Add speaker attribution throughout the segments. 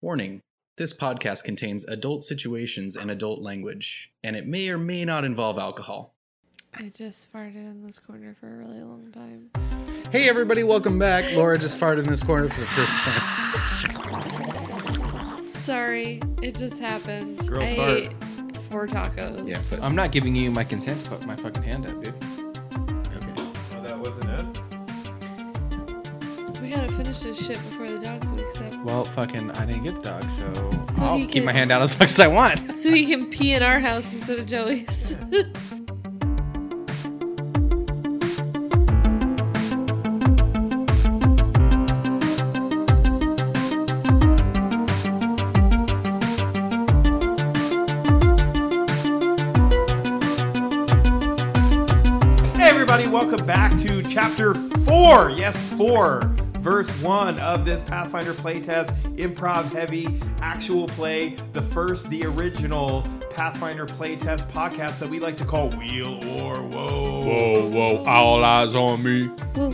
Speaker 1: Warning this podcast contains adult situations and adult language, and it may or may not involve alcohol.
Speaker 2: I just farted in this corner for a really long time.
Speaker 1: Hey, everybody, welcome back. Laura just farted in this corner for the first time.
Speaker 2: Sorry, it just happened.
Speaker 3: Girls
Speaker 2: I
Speaker 3: fart.
Speaker 2: ate four tacos.
Speaker 1: Yeah, but
Speaker 3: I'm not giving you my consent to put my fucking hand up, dude.
Speaker 1: okay.
Speaker 4: Oh, that wasn't it?
Speaker 2: we gotta finish this shit before the dogs wakes up,
Speaker 3: Well, fucking, I didn't get the dog, so,
Speaker 2: So
Speaker 3: I'll
Speaker 2: you
Speaker 3: keep my
Speaker 2: can-
Speaker 3: hand out as long as I want.
Speaker 2: so he can pee in our house instead of Joey's.
Speaker 4: Hey, everybody, welcome back to chapter four. Yes, four, verse one of this Pathfinder playtest, improv heavy, actual play, the first, the original Pathfinder playtest podcast that we like to call Wheel or Whoa.
Speaker 3: whoa, all eyes on me.
Speaker 2: Well,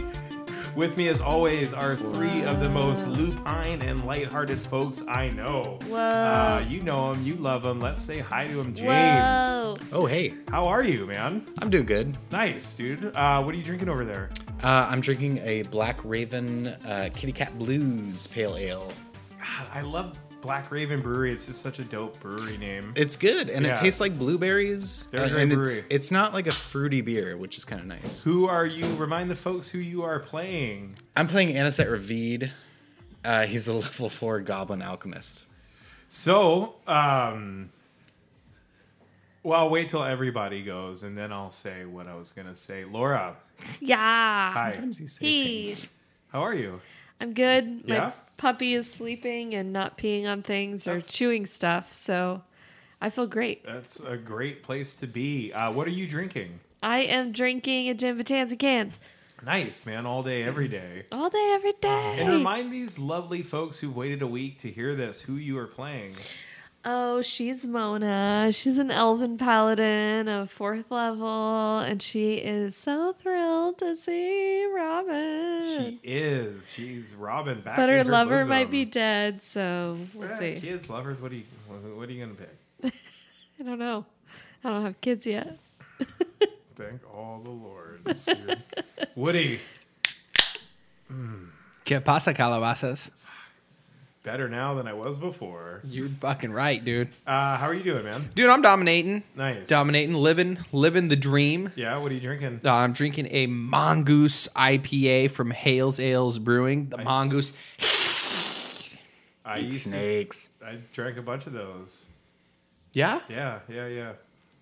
Speaker 4: With me, as always, are three of the most lupine and lighthearted folks I know.
Speaker 2: Whoa.
Speaker 4: Uh, you know them, you love them. Let's say hi to them, James.
Speaker 2: Whoa.
Speaker 1: Oh, hey,
Speaker 4: How are you, man?
Speaker 1: I'm doing good.
Speaker 4: Nice, dude. Uh, what are you drinking over there?
Speaker 1: Uh, I'm drinking a Black Raven uh, Kitty Cat Blues Pale Ale.
Speaker 4: God, I love Black Raven Brewery. It's just such a dope brewery name.
Speaker 1: It's good, and
Speaker 4: Yeah.
Speaker 1: it tastes like blueberries.
Speaker 4: They're a
Speaker 1: and,
Speaker 4: great
Speaker 1: and it's,
Speaker 4: brewery.
Speaker 1: it's not like a fruity beer, which is kind of nice.
Speaker 4: who are you? Remind the folks who you are playing.
Speaker 1: I'm playing Anisette Ravid. Uh, he's a level four goblin alchemist.
Speaker 4: So, um, well, I'll wait till everybody goes, and then I'll say what I was gonna say. Laura,
Speaker 2: Yeah.
Speaker 4: hi.
Speaker 1: Sometimes you say
Speaker 2: Hey.
Speaker 1: things.
Speaker 4: How are you?
Speaker 2: I'm good. My
Speaker 4: Yeah?
Speaker 2: puppy is sleeping and not peeing on things or
Speaker 4: That's-
Speaker 2: chewing stuff, so I feel great.
Speaker 4: That's a great place to be. Uh, what are you drinking?
Speaker 2: I am drinking a Jim Batanza cans
Speaker 4: Nice, man. All day, every day.
Speaker 2: all day, every day.
Speaker 4: And remind these lovely folks who've waited a week to hear this who you are playing.
Speaker 2: Oh, she's Mona. She's an elven paladin of fourth level, and she is so thrilled to see Robin.
Speaker 4: She is. She's Robin back.
Speaker 2: Mm. but
Speaker 4: in
Speaker 2: her lover
Speaker 4: bosom.
Speaker 2: might be dead, so we'll
Speaker 4: Yeah,
Speaker 2: see.
Speaker 4: Kids, lovers, what are you what are you gonna pick?
Speaker 2: I don't know. I don't have kids yet.
Speaker 4: Thank all the Lord. dude. Woody,
Speaker 3: Que pasa, calabazas?
Speaker 4: better now than I was before.
Speaker 3: You're fucking right, dude.
Speaker 4: Uh, how are you doing, man?
Speaker 3: Dude, I'm dominating.
Speaker 4: Nice.
Speaker 3: Dominating, living, living the dream.
Speaker 4: Yeah, what are you drinking?
Speaker 3: Uh, I'm drinking a Mongoose IPA from Hales Ales Brewing. The Mongoose.
Speaker 4: I
Speaker 1: Eat
Speaker 4: used to,
Speaker 1: snakes.
Speaker 4: I drank a bunch of those.
Speaker 3: Yeah?
Speaker 4: Yeah, yeah, yeah.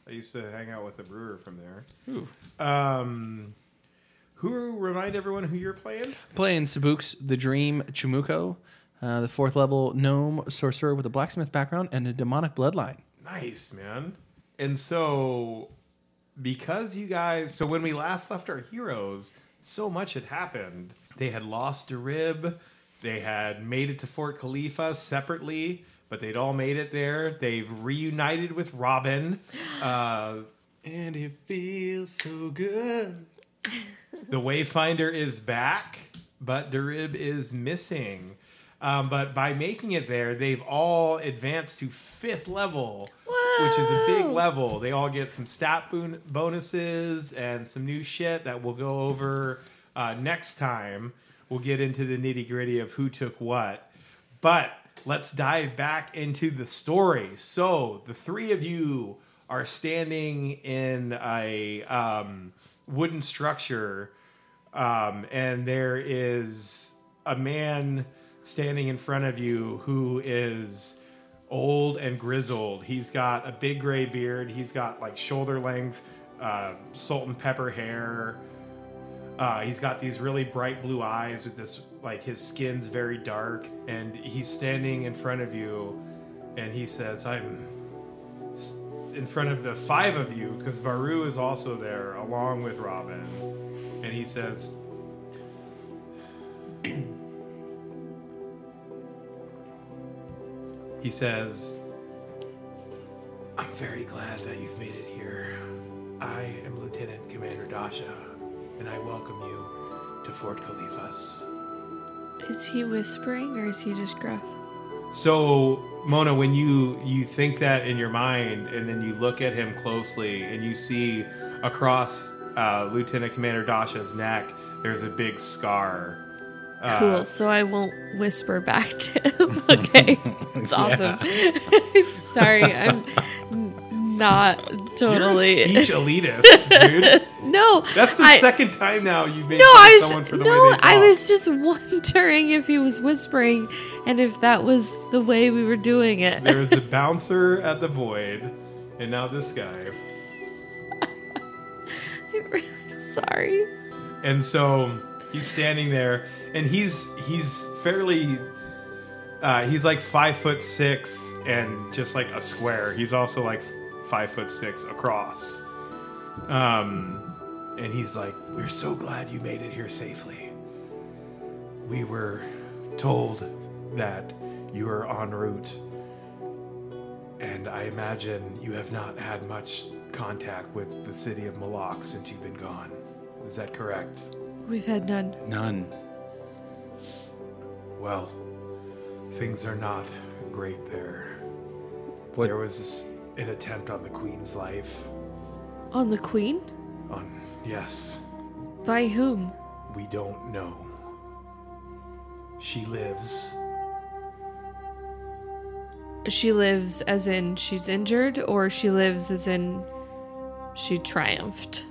Speaker 4: I used to hang out with the brewer from there. Um, who remind everyone who you're playing?
Speaker 3: Playing Sabuks the Dream Chimuko, uh, the fourth level gnome sorcerer with a blacksmith background and a demonic bloodline.
Speaker 4: Nice, man. And so, because you guys, so when we last left our heroes, so much had happened. They had lost Darib. They had made it to Fort Khalifa separately, but they'd all made it there. They've reunited with Robin. Uh,
Speaker 3: And it feels so good.
Speaker 4: the Wayfinder is back, but Darib is missing. Um, but by making it there, they've all advanced to fifth level, which is a big
Speaker 2: Whoa.
Speaker 4: level. They all get some stat boon- bonuses and some new shit that we'll go over uh, next time. We'll get into the nitty gritty of who took what. But let's dive back into the story. So the three of you are standing in a um, wooden structure, um, and there is a man standing in front of you who is old and grizzled. He's got a big gray beard. He's got like shoulder length, uh, salt and pepper hair. Uh, he's got these really bright blue eyes with this, like, his skin's very dark. And he's standing in front of you and he says, I'm s- in front of the five of you because Baru is also there along with Robin. And he says, He says, I'm very glad that you've made it here. I am Lieutenant Commander Dasha, and I welcome you to Fort Khalifas.
Speaker 2: Is he whispering or is he just gruff?
Speaker 4: So Mona, when you you think that in your mind, and then you look at him closely, and you see across uh, Lieutenant Commander Dasha's neck, there's a big scar. Uh,
Speaker 2: Cool. so I won't whisper back to him. okay. It's awesome. Sorry, I'm n- not
Speaker 4: You're a
Speaker 2: totally.
Speaker 4: speech elitist, dude.
Speaker 2: no.
Speaker 4: That's the
Speaker 2: I-
Speaker 4: second time now you've made
Speaker 2: No,
Speaker 4: fun of
Speaker 2: I
Speaker 4: someone
Speaker 2: was
Speaker 4: for the way
Speaker 2: no,
Speaker 4: they talk.
Speaker 2: I was just wondering if he was whispering and if that was the way we were doing it.
Speaker 4: There was the bouncer at the void, and now this guy.
Speaker 2: Sorry.
Speaker 4: and so he's standing there and he's he's fairly uh, he's like five foot six and just like a square he's also like five foot six across um, and he's like we're so glad you made it here safely we were told that you were en route and i imagine you have not had much contact with the city of malak since you've been gone is that correct
Speaker 2: We've had none.
Speaker 1: None.
Speaker 4: Well, things are not great there.
Speaker 1: What-
Speaker 4: There was an attempt on the queen's life.
Speaker 2: On the queen?
Speaker 4: On yes,
Speaker 2: By whom?
Speaker 4: we don't know. She lives.
Speaker 2: She lives as in she's injured, or she lives as in she triumphed.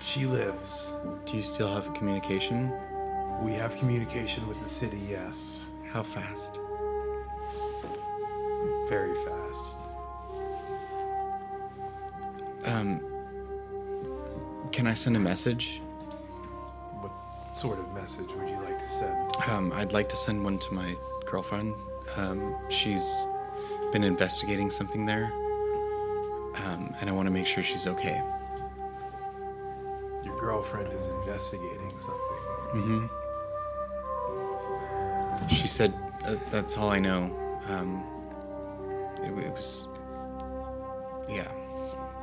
Speaker 4: She lives.
Speaker 1: Do you still have communication?
Speaker 4: We have communication with the city, yes.
Speaker 1: How fast?
Speaker 4: Very fast.
Speaker 1: Um, can I send a message?
Speaker 4: What sort of message would you like to send?
Speaker 1: Um, I'd like to send one to my girlfriend. Um, she's been investigating something there, um, and I want to make sure she's okay.
Speaker 4: Your girlfriend is investigating something.
Speaker 1: She said, uh, "That's all I know." Um, it, w- it was, yeah.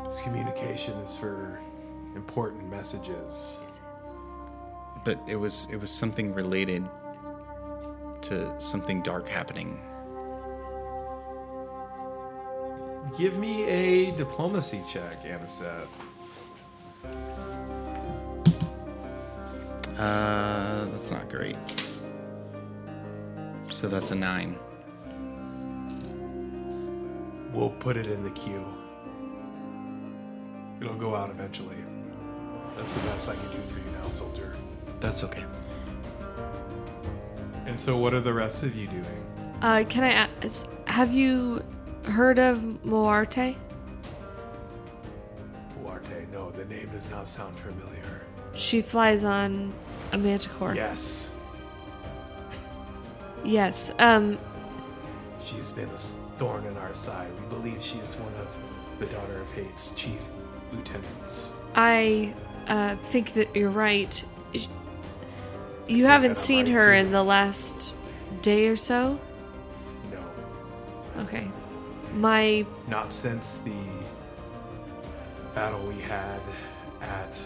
Speaker 4: This communication is for important messages.
Speaker 1: But it was it was something related to something dark happening.
Speaker 4: Give me a diplomacy check, Anisette.
Speaker 1: Uh, that's not great. So that's a nine.
Speaker 4: We'll put it in the queue. It'll go out eventually. That's the best I can do for you now, soldier.
Speaker 1: That's okay.
Speaker 4: And so, what are the rest of you doing?
Speaker 2: Uh, can I ask, have you heard of Moarte?
Speaker 4: Buarte, no, the name does not sound familiar.
Speaker 2: She flies on a manticore.
Speaker 4: Yes,
Speaker 2: Yes. Um,
Speaker 4: she's been a s- thorn in our side. We believe she is one of the Daughter of Hate's chief lieutenants.
Speaker 2: I uh, think that you're right. Sh- You haven't
Speaker 4: I'm
Speaker 2: seen
Speaker 4: right,
Speaker 2: her
Speaker 4: too.
Speaker 2: in the last day or so?
Speaker 4: No,
Speaker 2: Okay. My.
Speaker 4: not since the battle we had at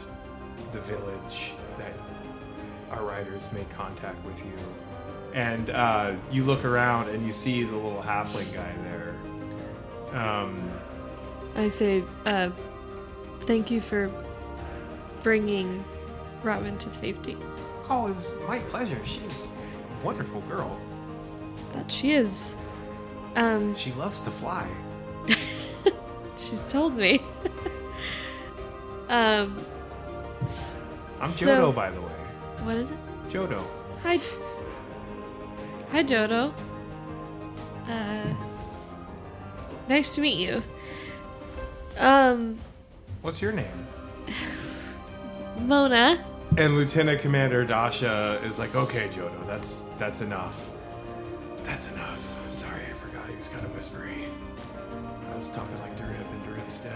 Speaker 4: the village that our riders made contact with you. And uh, you look around and you see the little halfling guy there. Um,
Speaker 2: I say, uh, thank you for bringing Robin to safety.
Speaker 4: oh, it's my pleasure. She's a wonderful girl.
Speaker 2: That she is. Um,
Speaker 4: She loves to fly.
Speaker 2: she's told me. um, s-
Speaker 4: I'm
Speaker 2: So-
Speaker 4: Jodo, by the way.
Speaker 2: what is it?
Speaker 4: Jodo.
Speaker 2: Hi, J- hi, Dodo. Uh, nice to meet you. Um,
Speaker 4: What's your name?
Speaker 2: Mona.
Speaker 4: And Lieutenant Commander Dasha is like, okay, Jodo, that's that's enough. That's enough. Sorry, I forgot he was kind of whispery. I was talking like Durib, and Durib's dead.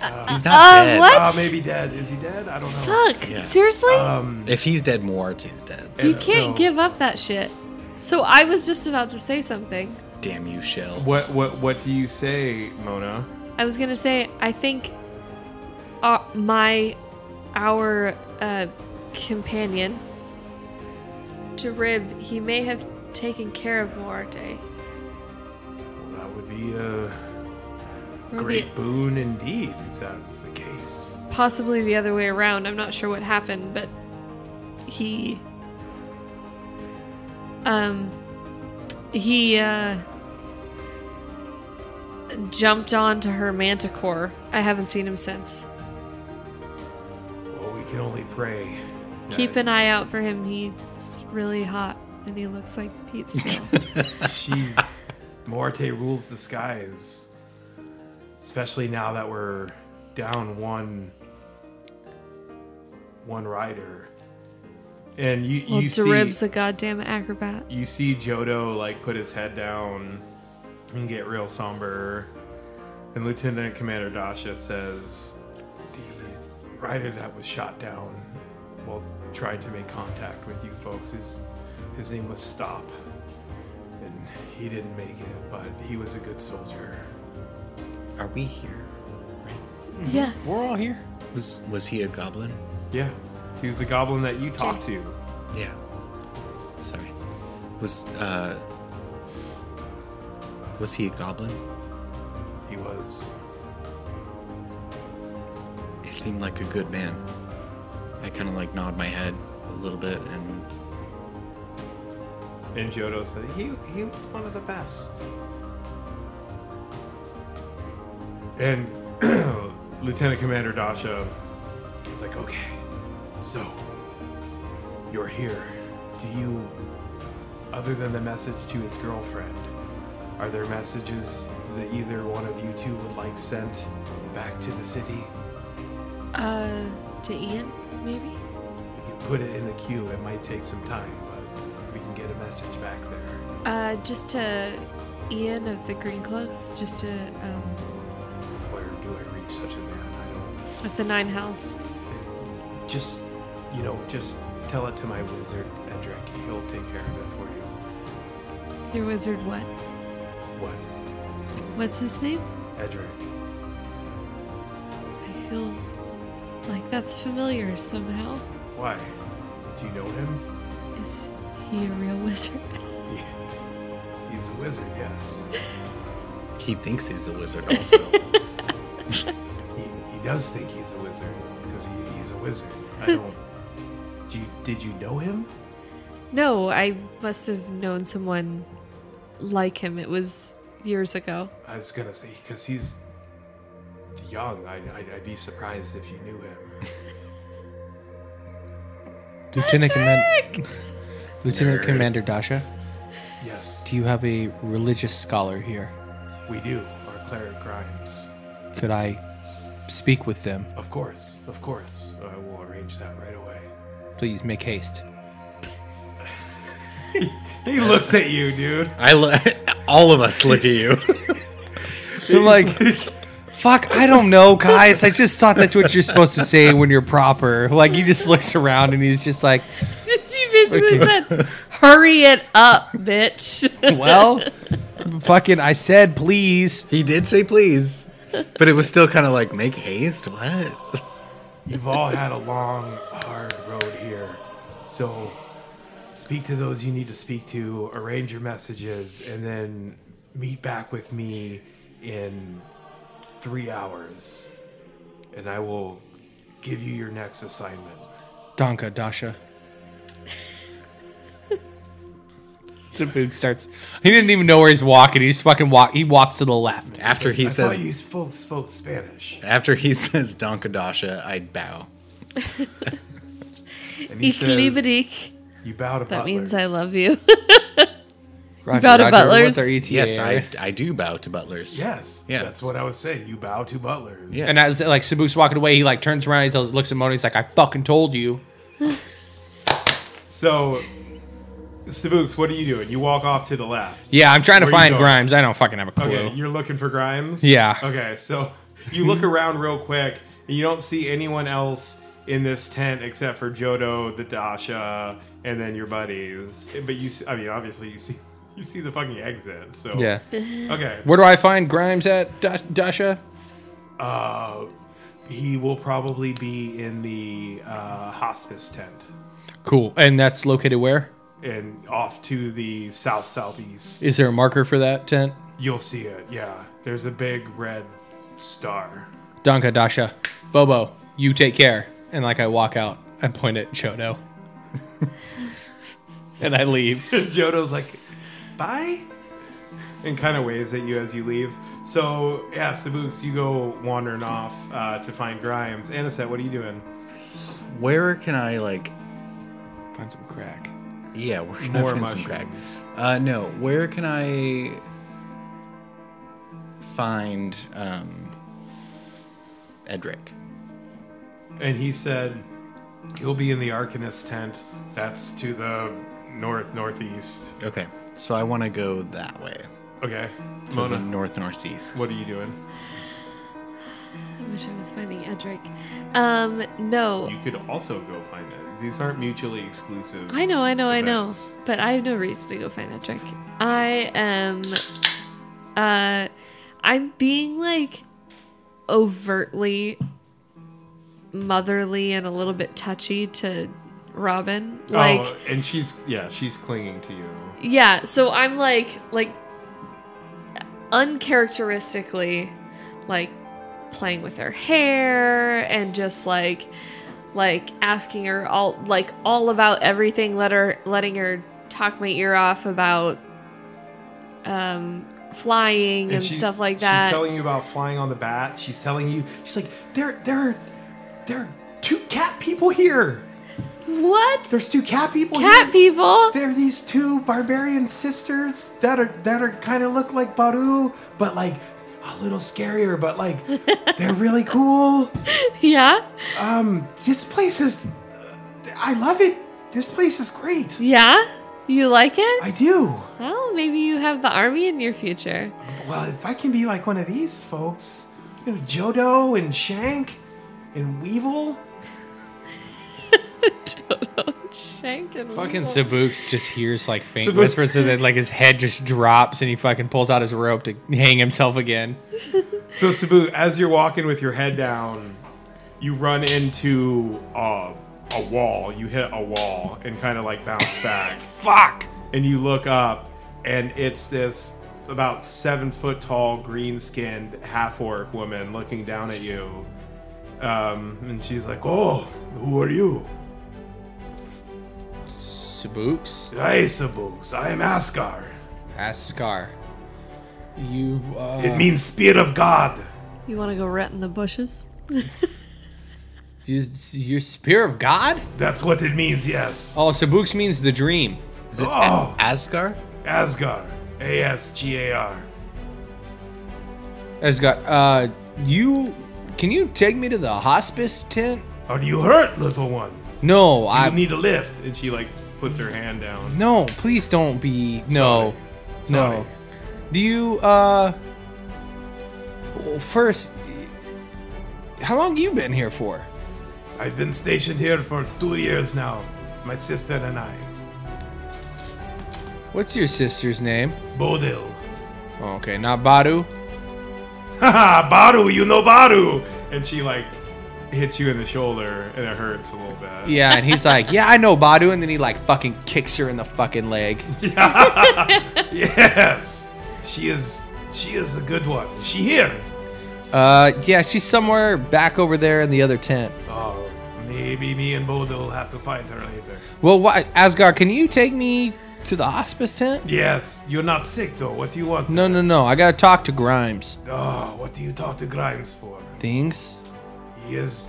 Speaker 4: Um,
Speaker 1: He's
Speaker 2: Uh, what?
Speaker 4: uh, maybe dead. Is he dead? I don't know.
Speaker 2: Fuck.
Speaker 1: Yeah.
Speaker 2: Seriously?
Speaker 4: Um,
Speaker 1: If he's dead, Moarte's dead.
Speaker 2: you
Speaker 4: and
Speaker 2: can't
Speaker 4: so-
Speaker 2: give up that shit. So I was just about to say something.
Speaker 1: Damn you, Shell.
Speaker 4: What what what do you say, Mona?
Speaker 2: I was gonna say I think uh, my our uh, companion Jarib he may have taken care of Moarte.
Speaker 4: would be a
Speaker 2: Or
Speaker 4: great
Speaker 2: the-
Speaker 4: boon indeed if that was the case.
Speaker 2: possibly the other way around. I'm not sure what happened, but he um he uh jumped onto her manticore. I haven't seen him since.
Speaker 4: Well, we can only pray. that-
Speaker 2: Keep an eye out for him. He's really hot and he looks like Pete still.
Speaker 4: She's Morte rules the skies. Especially now that we're down one one rider. And you
Speaker 2: well,
Speaker 4: you
Speaker 2: Jarib's
Speaker 4: see
Speaker 2: a goddamn acrobat.
Speaker 4: you see Jodo like put his head down and get real somber. And Lieutenant Commander Dasha says the rider that was shot down while trying to make contact with you folks is his name was Stop. And he didn't make it, but he was a good soldier.
Speaker 1: Are we here?
Speaker 4: Mm-hmm.
Speaker 2: Yeah.
Speaker 3: We're all here.
Speaker 1: Was was he a goblin?
Speaker 4: Yeah. He was the goblin that you talked to.
Speaker 1: Yeah. Sorry. Was uh was he a goblin?
Speaker 4: He was.
Speaker 1: He seemed like a good man. I kind of like nod my head a little bit and
Speaker 4: And Jodo said he he was one of the best. And Lieutenant Commander Dasha is like, okay, so you're here. Do you, other than the message to his girlfriend, are there messages that either one of you two would like sent back to the city?
Speaker 2: Uh to Ian, maybe?
Speaker 4: We can put it in the queue. It might take some time, but we can get a message back there.
Speaker 2: Uh just to Ian of the Green Cloaks, just to um
Speaker 4: Where do I reach such a man? I don't.
Speaker 2: At the Nine Hells.
Speaker 4: Just, you know, just tell it to my wizard, Edric. He'll take care of it for you.
Speaker 2: Your wizard what?
Speaker 4: What?
Speaker 2: What's his name?
Speaker 4: Edric.
Speaker 2: I feel like that's familiar somehow.
Speaker 4: Why? Do you know him?
Speaker 2: Is he a real wizard?
Speaker 4: He- He's a wizard, yes.
Speaker 1: he thinks he's a wizard also.
Speaker 4: He, he does think he's a wizard because he, he's a wizard. I don't. Do you, did you know him?
Speaker 2: No, I must have known someone like him. It was years ago.
Speaker 4: I was gonna say because he's young. I, I'd, I'd be surprised if you knew him.
Speaker 3: Lieutenant Commander Lieutenant
Speaker 1: Nerd.
Speaker 3: Commander Dasha,
Speaker 4: Yes,
Speaker 3: do you have a religious scholar here?
Speaker 4: we do. Our cleric Grimes.
Speaker 3: Could I speak with them?
Speaker 4: Of course, of course. I will arrange that right away.
Speaker 3: Please make haste.
Speaker 4: He looks at you, dude.
Speaker 1: I lo- all of us look at you.
Speaker 3: I'm like, fuck, I don't know, guys. I just thought that's what you're supposed to say when you're proper. Like, he just looks around and he's just like,
Speaker 2: you basically said, hurry it up, bitch.
Speaker 3: well, fucking, I said please.
Speaker 1: he did say please, but it was still kind of like make haste. What?
Speaker 4: You've all had a long, hard road here. So speak to those you need to speak to, arrange your messages, and then meet back with me in three hours. And I will give you your next assignment.
Speaker 3: Donka, Dasha. Sabug starts. He didn't even know where he's walking. He just fucking walk. He walks to the left.
Speaker 1: After he
Speaker 4: I
Speaker 1: says
Speaker 4: thought you folks spoke Spanish.
Speaker 1: after he says Donkadasha, I bow.
Speaker 4: And he
Speaker 2: Ich liebe
Speaker 4: says,
Speaker 2: dich.
Speaker 4: you bow to
Speaker 2: That means I
Speaker 4: butlers."
Speaker 2: love you.
Speaker 3: Roger,
Speaker 2: Bow to butlers.
Speaker 3: What's our E ETA?
Speaker 1: Yes, I, I do bow to butlers.
Speaker 4: Yes,
Speaker 1: Yes.
Speaker 4: that's what I was saying. You bow to butlers.
Speaker 1: Yeah.
Speaker 3: And as like Sabug's walking away, he like turns around. He tells, looks at Mona. He's like, "I fucking told you."
Speaker 4: So, Sabooks, what are you doing? You walk off to the left.
Speaker 3: Yeah, I'm trying to
Speaker 4: Where you
Speaker 3: find
Speaker 4: going?
Speaker 3: Grimes. I don't fucking have a clue.
Speaker 4: Okay, you're looking for Grimes?
Speaker 3: Yeah.
Speaker 4: Okay, so you look around real quick and you don't see anyone else in this tent except for Jodo, the Dasha, and then your buddies. But you see, I mean, obviously you see you see the fucking exit. So
Speaker 3: Yeah.
Speaker 4: Okay.
Speaker 3: Where do I find Grimes at, da- Dasha?
Speaker 4: Uh he will probably be in the uh, hospice tent
Speaker 3: Cool. And that's located where?
Speaker 4: and off to the south southeast.
Speaker 3: Is there a marker for that tent?
Speaker 4: You'll see it. Yeah. There's a big red star.
Speaker 3: Danka, Dasha, Bobo, you take care. And like I walk out, I point at Chodo. and I leave.
Speaker 4: Jodo's like, bye, and kind of waves at you as you leave. So yeah, Sabooks, you go wandering off uh, to find Grimes. Aniset, what are you doing?
Speaker 1: Where can I like?
Speaker 3: Find some crack.
Speaker 1: Yeah, where can
Speaker 4: More
Speaker 1: I find some crack?
Speaker 4: mushrooms.
Speaker 1: Uh, no, where can I find um, Edric?
Speaker 4: And he said, he'll be in the Arcanist tent. That's to the north northeast.
Speaker 1: Okay, so I want to go that way.
Speaker 4: Okay,
Speaker 1: To the
Speaker 4: Mona,
Speaker 1: north northeast.
Speaker 4: what are you doing?
Speaker 2: I wish I was finding Edric. Um, no.
Speaker 4: You could also go find it. These aren't mutually exclusive.
Speaker 2: I know, I know, I know.
Speaker 4: events.
Speaker 2: But I have no reason to go find Edric. I am uh I'm being like overtly motherly and a little bit touchy to Robin. Like
Speaker 4: oh, and she's yeah, she's clinging to you.
Speaker 2: Yeah, so I'm like like uncharacteristically like playing with her hair and just like like asking her all like all about everything, let her letting her talk my ear off about um flying and,
Speaker 4: she-
Speaker 2: stuff like that.
Speaker 4: She's telling you about flying on the bat. She's telling you, she's like, there, there, are, there are two cat people here.
Speaker 2: what?
Speaker 4: There's two cat people.
Speaker 2: Cat
Speaker 4: here.
Speaker 2: people?
Speaker 4: There are these two barbarian sisters that are that are kind of look like Baru, but like a little scarier. But like, they're really cool.
Speaker 2: Yeah.
Speaker 4: Um, this place is, I love it. This place is great.
Speaker 2: Yeah. You like it?
Speaker 4: I do.
Speaker 2: Well, maybe you have the army in your future.
Speaker 4: Well, if I can be like one of these folks, you know, Jodo and Shank and Weevil.
Speaker 2: Toto, Shank, and
Speaker 3: Fucking
Speaker 2: Weevil.
Speaker 3: Sabooks just hears like faint
Speaker 4: Sabuks-
Speaker 3: whispers and then like his head just drops and he fucking pulls out his rope to hang himself again.
Speaker 4: So Sabu, as you're walking with your head down, you run into uh, a wall. You hit a wall and kind of like bounce back,
Speaker 3: Fuck!
Speaker 4: and you look up, and it's this about seven foot tall, green skinned half orc woman looking down at you, um, and she's like, "Oh, who are you?
Speaker 3: Sabooks?
Speaker 4: I Sabu. I am Asgar.
Speaker 3: Ask Scar. You, uh.
Speaker 4: It means spear of God."
Speaker 2: You want to go rut in the bushes?
Speaker 3: you- Your spear of God?
Speaker 4: That's what it means, yes.
Speaker 3: Oh, Sabooks means the dream.
Speaker 1: Is it
Speaker 4: Oh.
Speaker 1: A- Asgar?
Speaker 4: Asgar. A S G A R.
Speaker 3: Asgard, uh, you. Can you take me to the hospice tent?
Speaker 4: Are you hurt, little one?
Speaker 3: No,
Speaker 4: I
Speaker 3: I.
Speaker 4: need a lift. And she like puts her hand down.
Speaker 3: no, please don't be. No.
Speaker 4: Sonic.
Speaker 3: No.
Speaker 4: Sonic.
Speaker 3: Do you, uh. Well, first, how long you been here for?
Speaker 4: I've been stationed here for two years now. My sister and I.
Speaker 3: What's your sister's name?
Speaker 4: Bodil.
Speaker 3: Oh, okay, not Badu.
Speaker 4: Haha, Baru, you know Baru. And she like hits you in the shoulder and it hurts a little bit.
Speaker 3: Yeah, and he's like, yeah, I know Badu, and then he like fucking kicks her in the fucking leg.
Speaker 4: Yes. She is she is a good one. Is she here?
Speaker 3: Uh, yeah, she's somewhere back over there in the other tent.
Speaker 4: Oh, maybe me and Bodil will have to find her later.
Speaker 3: Well, why, Asgard, can you take me to the hospice tent?
Speaker 4: Yes, you're not sick though. What do you want?
Speaker 3: No, no, no. I gotta talk to Grimes.
Speaker 4: Oh, what do you talk to Grimes for?
Speaker 3: Things.
Speaker 4: He is.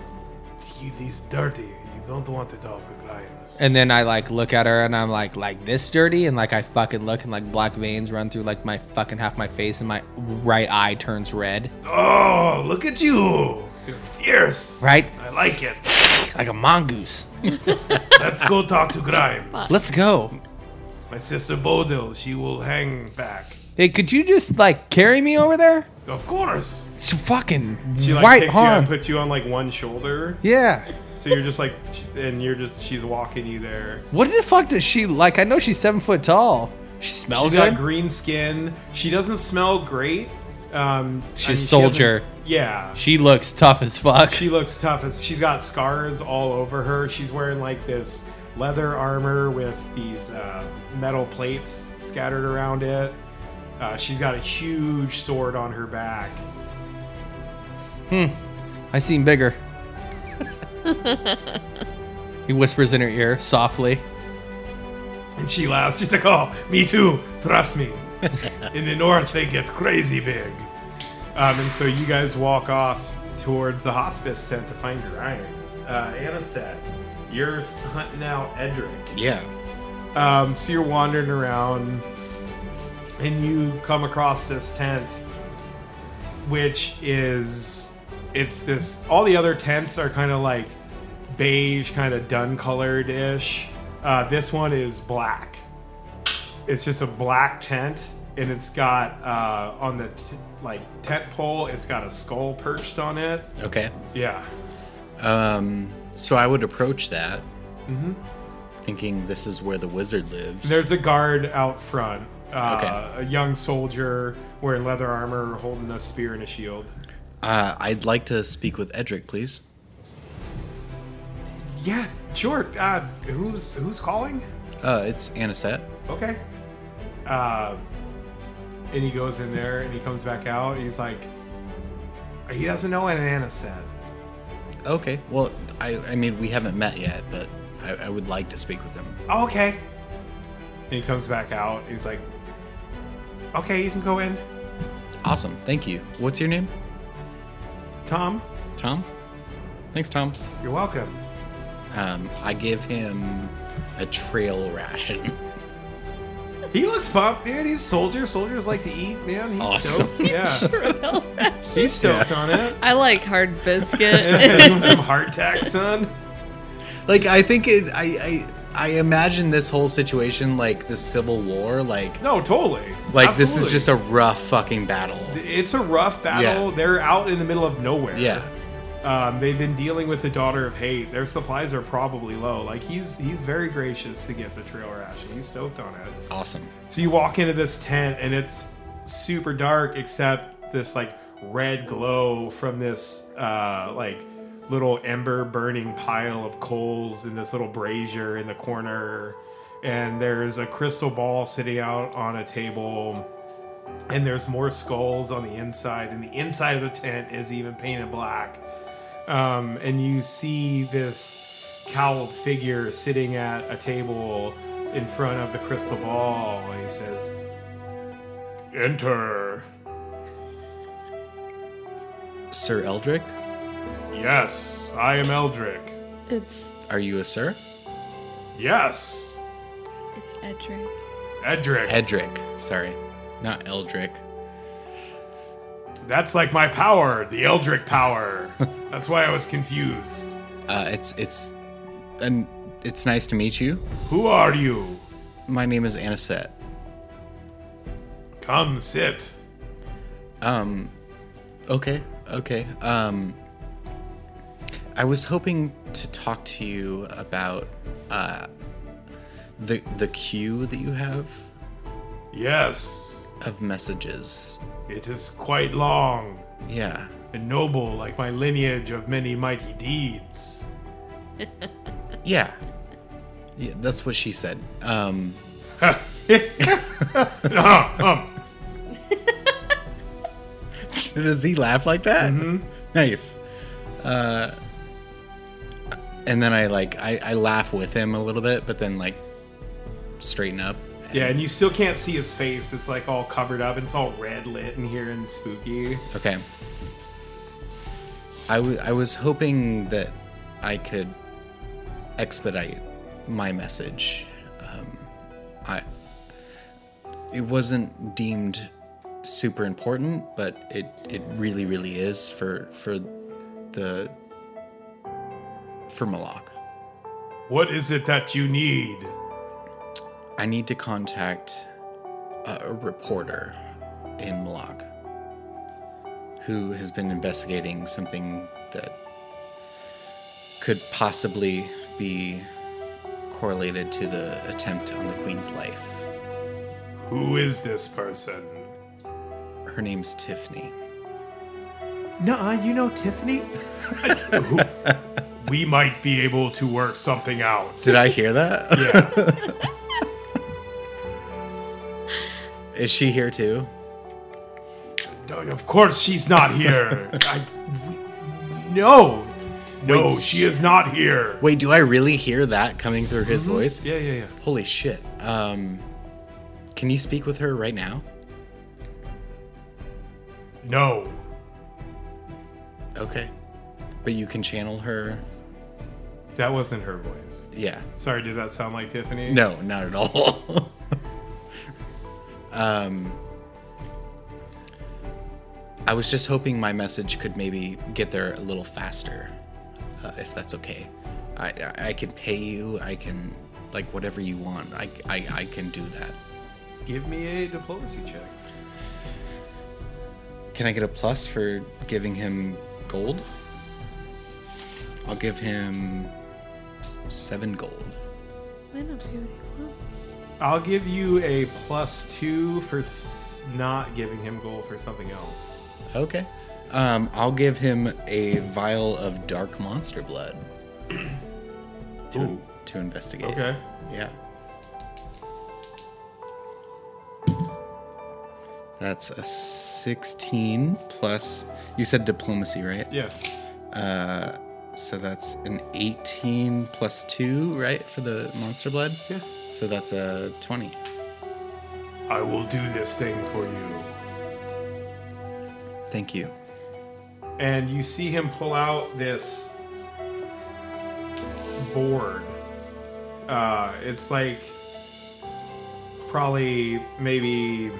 Speaker 4: He, he's dirty. You don't want to talk to Grimes.
Speaker 3: And then I like look at her and I'm like, like this dirty, and like I fucking look and like black veins run through like my fucking half my face, and my right eye turns red.
Speaker 4: oh, look at you! You're fierce.
Speaker 3: Right?
Speaker 4: I like it.
Speaker 3: Like a mongoose.
Speaker 4: Let's go talk to Grimes.
Speaker 3: Let's go.
Speaker 4: My sister Bodil, she will hang back.
Speaker 3: Hey, could you just like carry me over there?
Speaker 4: Of course.
Speaker 3: It's a fucking
Speaker 4: She like
Speaker 3: right
Speaker 4: picks you up,
Speaker 3: arm.
Speaker 4: puts you on like one shoulder,
Speaker 3: yeah.
Speaker 4: so you're just like, and you're just she's walking you there.
Speaker 3: What the fuck does she like? I know she's seven foot tall. She
Speaker 4: She's
Speaker 3: smells
Speaker 4: got
Speaker 3: good.
Speaker 4: green skin. She doesn't smell great. Um,
Speaker 3: She's
Speaker 4: I mean, she
Speaker 3: soldier.
Speaker 4: doesn't- yeah.
Speaker 3: she looks tough as fuck.
Speaker 4: She looks tough. As she's got scars all over her. She's wearing like this leather armor with these uh, metal plates scattered around it. Uh, she's got a huge sword on her back.
Speaker 3: I seem bigger. he whispers in her ear softly.
Speaker 4: And she laughs. She's like, oh, me too. Trust me. In the north, they get crazy big. Um, and so you guys walk off towards the hospice tent to find your irons. Uh, Anisette, you're hunting out Edric.
Speaker 1: Yeah.
Speaker 4: Um, so you're wandering around and you come across this tent, which is it's this all the other tents are kind of like beige, kind of dun colored ish. Uh, this one is black. It's just a black tent, and it's got uh, on the t- like tent pole, it's got a skull perched on it.
Speaker 1: Okay.
Speaker 4: Yeah,
Speaker 1: Um, so I would approach that, thinking this is where the wizard lives.
Speaker 4: Mm-hmm. There's a guard out front, uh, a young soldier wearing leather armor, holding a spear and a shield.
Speaker 1: uh, I'd like to speak with Edric, please.
Speaker 4: Yeah, sure. Uh, who's who's calling?
Speaker 1: Uh, it's Anisette.
Speaker 4: Okay. Uh, and he goes in there, and he comes back out. And he's like, he doesn't know what Anna said.
Speaker 1: Okay. Well, I, I mean, we haven't met yet, but I, I would like to speak with him.
Speaker 4: okay. And he comes back out. and He's like, okay, you can go in,
Speaker 1: Awesome. Thank you. What's your name?
Speaker 4: Tom.
Speaker 1: Tom? Thanks, Tom.
Speaker 4: You're welcome.
Speaker 1: Um, I give him a trail ration.
Speaker 4: He looks pumped, dude. He's a soldier. Soldiers like to eat, man. He's
Speaker 1: Awesome.
Speaker 4: stoked. Yeah.
Speaker 2: I
Speaker 4: He's stoked on it.
Speaker 2: like hard
Speaker 4: Give him
Speaker 2: biscuit.
Speaker 4: some hardtack, son.
Speaker 1: Like, I think it, I, I, I imagine this whole situation like the Civil War. Like,
Speaker 4: No, totally.
Speaker 1: like this is
Speaker 4: Absolutely.
Speaker 1: just a rough fucking battle.
Speaker 4: It's a rough battle.
Speaker 1: Yeah.
Speaker 4: They're out in the middle of nowhere.
Speaker 1: Yeah.
Speaker 4: Um, they've been dealing with the daughter of hate. Their supplies are probably low. Like he's he's very gracious to get the trail ration. He's stoked on it.
Speaker 1: Awesome.
Speaker 4: So you walk into this tent and it's super dark, except this like red glow from this uh, like little ember burning pile of coals in this little brazier in the corner. And there's a crystal ball sitting out on a table. And there's more skulls on the inside. And the inside of the tent is even painted black. Um, and you see this cowled figure sitting at a table in front of the crystal ball. And he says, Enter.
Speaker 1: Sir Eldrick?
Speaker 4: Yes, I am Eldric.
Speaker 2: it's
Speaker 1: Are you a sir?
Speaker 4: Yes,
Speaker 2: it's Edric.
Speaker 4: Edric.
Speaker 1: Edric. Sorry. Not Eldrick.
Speaker 4: That's like my power, the Eldric power. That's why I was confused.
Speaker 1: Uh, it's it's and it's nice to meet you.
Speaker 4: Who are you?
Speaker 1: My name is Anisette.
Speaker 4: Come sit.
Speaker 1: Um okay, okay. Um I was hoping to talk to you about uh the the queue that you have
Speaker 4: Yes,
Speaker 1: of messages.
Speaker 4: it is quite long
Speaker 1: Yeah.
Speaker 4: and noble, like my lineage of many mighty deeds.
Speaker 1: Yeah. Yeah, that's what she said. Um
Speaker 4: um,
Speaker 1: Does he laugh like that? Nice. Uh, and then I like I, I laugh with him a little bit, but then like straighten up.
Speaker 4: yeah, and you still can't see his face. It's like all covered up. and It's all red lit in here and spooky.
Speaker 1: Okay. I wa- I was hoping that I could expedite my message. Um, I it wasn't deemed super important, but it it really really is for for the for Malak.
Speaker 4: What is it that you need?
Speaker 1: I need to contact a, a reporter in Malak who has been investigating something that could possibly be correlated to the attempt on the Queen's life.
Speaker 4: Who is this person?
Speaker 1: Her name's Tiffany.
Speaker 4: Nuh you know Tiffany? we might be able to work something out.
Speaker 1: Did I hear that?
Speaker 4: Yeah.
Speaker 1: Is she here too?
Speaker 4: No, of course she's not here. I, we- no, no,
Speaker 1: Wait.
Speaker 4: she is not here.
Speaker 1: Wait, do I really hear that coming through
Speaker 4: Mm-hmm.
Speaker 1: his voice?
Speaker 4: Yeah, yeah, yeah.
Speaker 1: Holy shit. Um, can you speak with her right now?
Speaker 4: No,
Speaker 1: Okay. But you can channel her.
Speaker 4: that wasn't her voice.
Speaker 1: Yeah.
Speaker 4: Sorry, did that sound like Tiffany?
Speaker 1: No, not at all. um, I was just hoping my message could maybe get there a little faster, uh, if that's okay. I, I I can pay you. I can like whatever you want. I I, I can do that.
Speaker 4: Give me a diplomacy check.
Speaker 1: Can I get a plus for giving him gold? I'll give him seven gold.
Speaker 2: I don't pay what he wants.
Speaker 4: I'll give you a plus two for s- not giving him gold for something else.
Speaker 1: Okay. Um, I'll give him a vial of dark monster blood to
Speaker 4: Ooh.
Speaker 1: to investigate.
Speaker 4: Okay.
Speaker 1: Yeah. That's a 16 plus. You said diplomacy, right?
Speaker 4: Yeah.
Speaker 1: Uh, so that's an 18 plus 2, right, for the monster blood?
Speaker 4: Yeah.
Speaker 1: So that's a 20.
Speaker 4: I will do this thing for you.
Speaker 1: Thank you.
Speaker 4: And you see him pull out this board. Uh, it's like probably maybe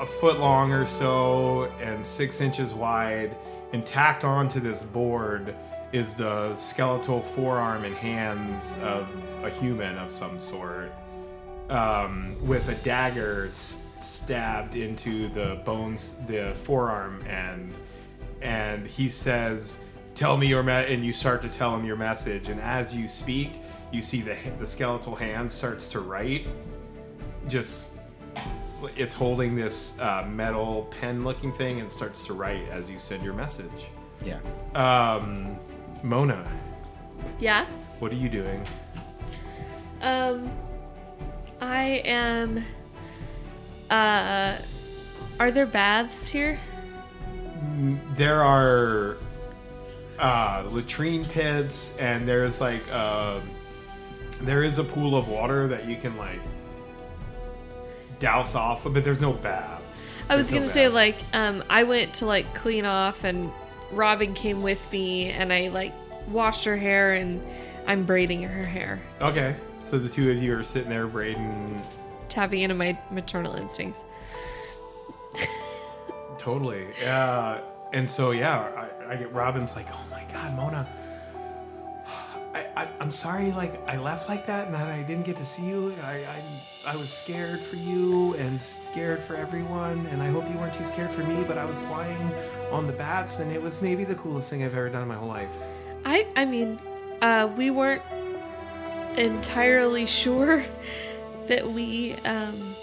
Speaker 4: a foot long or so and six inches wide. And tacked onto this board is the skeletal forearm and hands of a human of some sort, um, with a dagger s- stabbed into the bones, the forearm end. And he says, "Tell me your me-," and you start to tell him your message. And as you speak, you see the h- the skeletal hand starts to write, just it's holding this uh, metal pen looking thing and starts to write as you send your message.
Speaker 1: Yeah.
Speaker 4: Um, Mona,
Speaker 2: Yeah.
Speaker 4: what are you doing?
Speaker 2: Um, I am. Uh, are there baths here?
Speaker 4: There are uh, latrine pits, and there's like uh, there is a pool of water that you can like douse off, of, but there's no baths.
Speaker 2: I was
Speaker 4: There's no
Speaker 2: gonna say
Speaker 4: baths.
Speaker 2: like um I went to like clean off and Robin came with me and I like washed her hair and I'm braiding her hair,
Speaker 4: okay, so the two of you are sitting there braiding.
Speaker 2: tapping into my maternal instincts.
Speaker 4: Totally. Uh, and so, yeah, I, I get Robin's like, oh my God, Mona. I, I, I'm sorry, like, I left like that and I didn't get to see you. I, I, I was scared for you and scared for everyone. And I hope you weren't too scared for me, but I was flying on the bats and it was maybe the coolest thing I've ever done in my whole life.
Speaker 2: I I mean, uh, we weren't entirely sure that we um.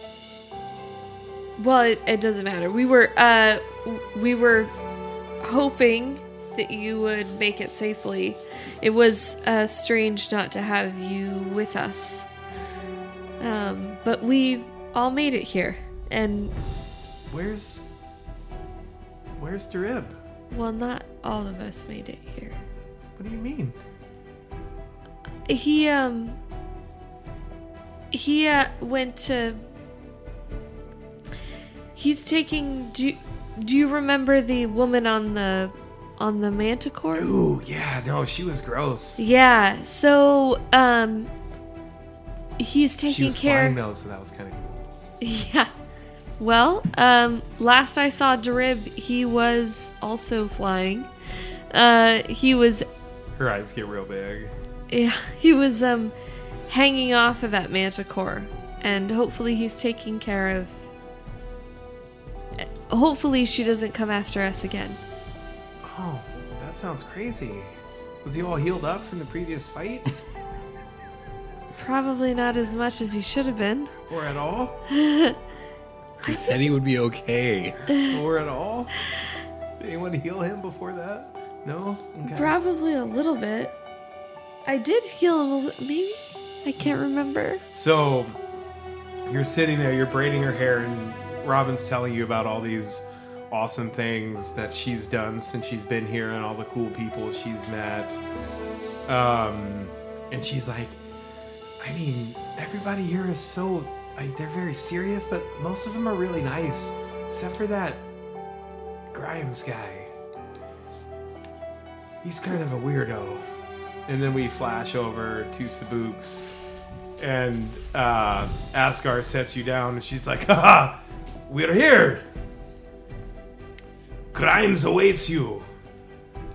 Speaker 2: Well, it, it doesn't matter. We were uh w- we were hoping that you would make it safely. It was uh, strange not to have you with us. Um, but we all made it here, and
Speaker 4: Where's. Where's Darib?
Speaker 2: well, not all of us made it here.
Speaker 4: What do you mean?
Speaker 2: He um he uh, went to He's taking do you, do you remember the woman on the on the manticore?
Speaker 4: Ooh, yeah, no, she was gross.
Speaker 2: Yeah. So um he's
Speaker 4: She
Speaker 2: taking
Speaker 4: was
Speaker 2: care
Speaker 4: flying though, so that was kind of cool.
Speaker 2: Yeah. Well, um last I saw Darib, he was also flying. Uh he was
Speaker 4: Her eyes get real big.
Speaker 2: Yeah, he was um hanging off of that manticore, and hopefully he's taking care of. eh, Hopefully she doesn't come after us again.
Speaker 4: Oh, that sounds crazy. Was he all healed up from the previous fight?
Speaker 2: Probably not as much as he should have been.
Speaker 4: or at all?
Speaker 1: He said he would be okay.
Speaker 4: or at all? Did anyone heal him before that? No? Okay.
Speaker 2: Probably a little bit. I did heal him a little, maybe. I can't remember.
Speaker 4: so, You're sitting there, you're braiding her hair, and Robin's telling you about all these awesome things that she's done since she's been here and all the cool people she's met. Um, and she's like, I mean, everybody here is so, like, they're very serious, but most of them are really nice, except for that Grimes guy. He's kind of a weirdo. And then we flash over to Sabuks and uh, Asgard sets you down, and she's like, "Haha, we're here. Crimes awaits you.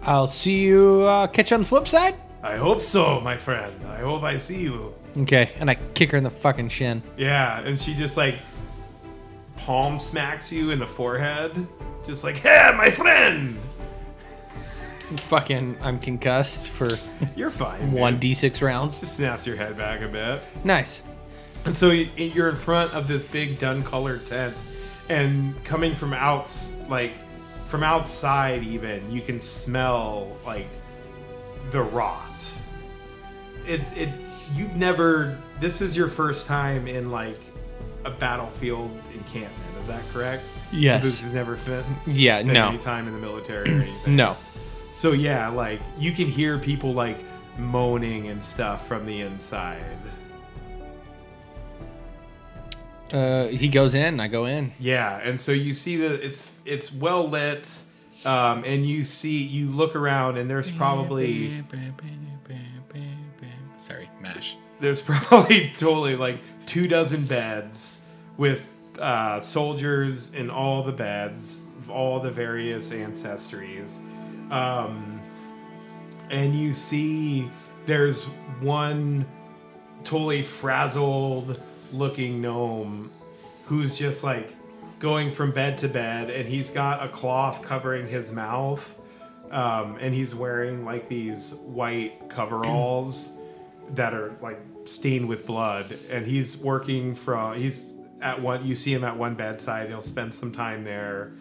Speaker 5: I'll see you uh, catch you on the flip side.
Speaker 4: I hope so, my friend. I hope I see you."
Speaker 3: Okay, and I kick her in the fucking shin.
Speaker 4: Yeah, and she just like palm smacks you in the forehead, just like, "Hey, my friend,
Speaker 3: Fucking, I'm concussed for
Speaker 4: you're fine."
Speaker 3: one
Speaker 4: dude."
Speaker 3: d six rounds.
Speaker 4: Just snaps your head back a bit.
Speaker 3: Nice.
Speaker 4: And so y- you're in front of this big dun colored tent, and coming from outs like from outside even you can smell like the rot. It it you've never this is your first time in like a battlefield encampment. Is that correct?
Speaker 3: Yes.
Speaker 4: So this has never been
Speaker 3: Yeah,
Speaker 4: spent
Speaker 3: no.
Speaker 4: any time in the military or anything.
Speaker 3: No.
Speaker 4: So yeah, like you can hear people like moaning and stuff from the inside.
Speaker 3: Uh, he goes in. I go in.
Speaker 4: Yeah, and so you see that it's it's well lit, um, and you see you look around, and there's probably
Speaker 1: Sorry, Mash.
Speaker 4: there's probably totally like two dozen beds with uh, soldiers in all the beds, of all the various ancestries, um, and you see there's one totally frazzled looking gnome who's just like going from bed to bed and he's got a cloth covering his mouth um, and he's wearing like these white coveralls that are like stained with blood and he's working from he's at one you see him at one bedside he'll spend some time there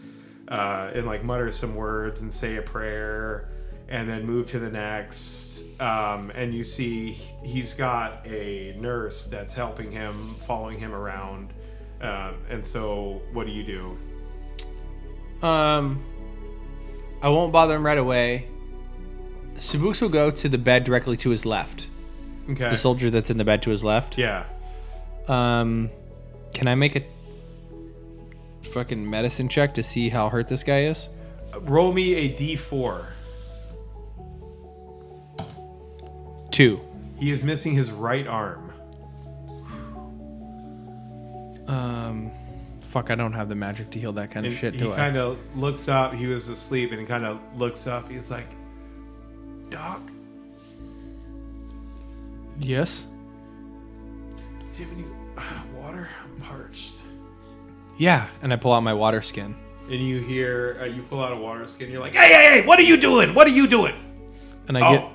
Speaker 4: uh, and like mutter some words and say a prayer and then move to the next um, and you see he's got a nurse that's helping him following him around um, and so what do you do
Speaker 3: Um, I won't bother him right away. Sabuks will go to the bed directly to his left.
Speaker 4: okay
Speaker 3: The soldier that's in the bed to his left.
Speaker 4: yeah
Speaker 3: Um, can I make a fucking medicine check to see how hurt this guy is?
Speaker 4: roll me a d4
Speaker 3: Two.
Speaker 4: he is missing his right arm
Speaker 3: Um, fuck, I don't have the magic to heal that kind of
Speaker 4: And
Speaker 3: shit,
Speaker 4: he
Speaker 3: do I?
Speaker 4: kind of looks up. He was asleep, and he kind of looks up. He's like, "Doc,
Speaker 3: Yes.
Speaker 4: do you have any ah, water? I'm parched."
Speaker 3: Yeah, and I pull out my water skin.
Speaker 4: And you hear, uh, you pull out a water skin. You're like, "Hey, hey, hey! What are you doing? What are you doing?"
Speaker 3: And I
Speaker 4: Oh,
Speaker 3: get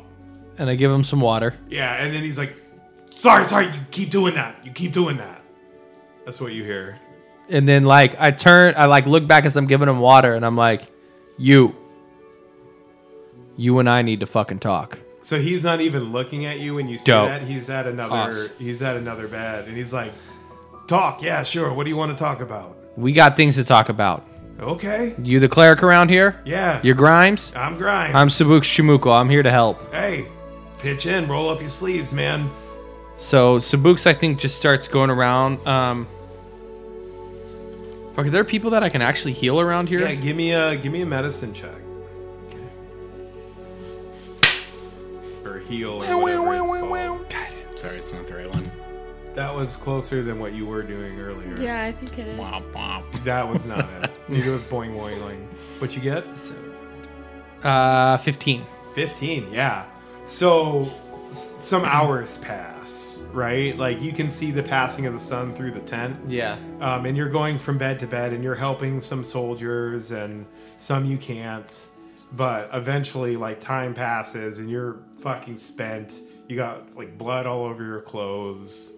Speaker 3: and I give him some water.
Speaker 4: yeah. And then he's like, "Sorry, sorry. You keep doing that. You keep doing that." That's what you hear.
Speaker 3: And then like I turn I like look back as I'm giving him water and I'm like, "You you and I need to fucking talk."
Speaker 4: So he's not even looking at you when you say
Speaker 3: Dope.
Speaker 4: that. He's at another.
Speaker 3: Awesome.
Speaker 4: He's at another bed, and he's like, "Talk, yeah, sure. What do you want to talk about?"
Speaker 3: We got things to talk about.
Speaker 4: Okay.
Speaker 3: You the cleric around here?
Speaker 4: Yeah.
Speaker 3: You're Grimes?
Speaker 4: I'm Grimes.
Speaker 3: I'm Sabuk Shimuko. I'm here to help.
Speaker 4: Hey, pitch in, roll up your sleeves, man.
Speaker 3: So Sabuks, I think, just starts going around. Um, fuck, are there people that I can actually heal around here?
Speaker 4: Yeah, give me a give me a medicine check. Or heal or whatever it's called.
Speaker 1: Sorry, it's not the right one.
Speaker 4: That was closer than what you were doing earlier.
Speaker 2: Yeah, I think it is.
Speaker 1: Womp womp.
Speaker 4: That was not it. It was boing boing boing. What you get?
Speaker 3: Uh, fifteen.
Speaker 4: 15 yeah so s- some hours pass right like you can see the passing of the sun through the tent
Speaker 3: Yeah.
Speaker 4: um, and you're going from bed to bed and you're helping some soldiers and some you can't but eventually like time passes and you're fucking spent you got like blood all over your clothes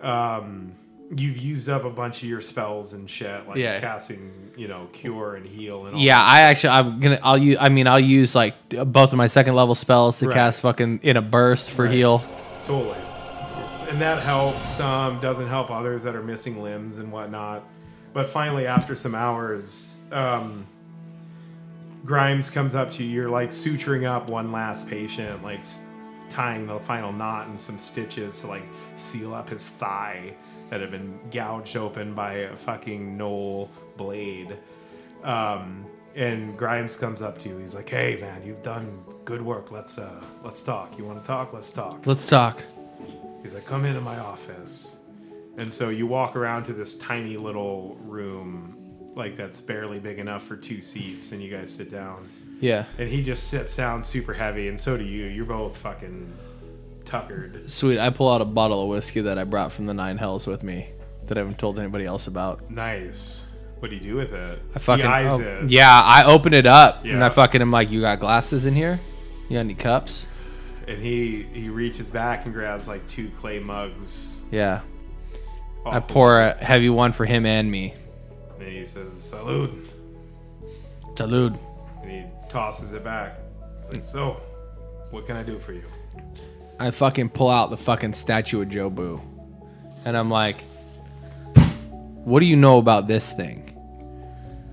Speaker 4: um you've used up a bunch of your spells and shit like
Speaker 3: Yeah.
Speaker 4: casting you know cure and heal and all
Speaker 3: Yeah, I actually, I'm gonna, I'll use, I mean, I'll use like both of my second level spells to
Speaker 4: Right.
Speaker 3: cast fucking in a burst for heal.
Speaker 4: Totally. and that helps some, doesn't help others that are missing limbs and whatnot. But finally, after some hours, um, Grimes comes up to you. You're like suturing up one last patient, like s- tying the final knot and some stitches to like seal up his thigh that had been gouged open by a fucking knoll blade. Um, and Grimes comes up to you. He's like, "Hey, man, you've done good work. Let's uh, let's talk. You want to talk? Let's talk."
Speaker 3: Let's talk.
Speaker 4: He's like, come into my office. And so you walk around to this tiny little room, like that's barely big enough for two seats, and you guys sit down.
Speaker 3: Yeah.
Speaker 4: And he just sits down super heavy, and so do you. You're both fucking tuckered.
Speaker 3: Sweet. I pull out a bottle of whiskey that I brought from the Nine Hells with me that I haven't told anybody else about.
Speaker 4: Nice. What do you do with it?
Speaker 3: I fucking.
Speaker 4: he eyes
Speaker 3: oh,
Speaker 4: it.
Speaker 3: Yeah, I open it up and
Speaker 4: Yeah.
Speaker 3: I fucking am like, you got glasses in here? You got any cups?
Speaker 4: And he he reaches back and grabs like two clay mugs.
Speaker 3: Yeah. I
Speaker 4: off of-
Speaker 3: pour a heavy one for him and me.
Speaker 4: And he says, "Salud."
Speaker 3: Salud.
Speaker 4: And he tosses it back. He's like, so, what can I do for you?
Speaker 3: I fucking pull out the fucking statue of Jobu. And I'm like, what do you know about this thing?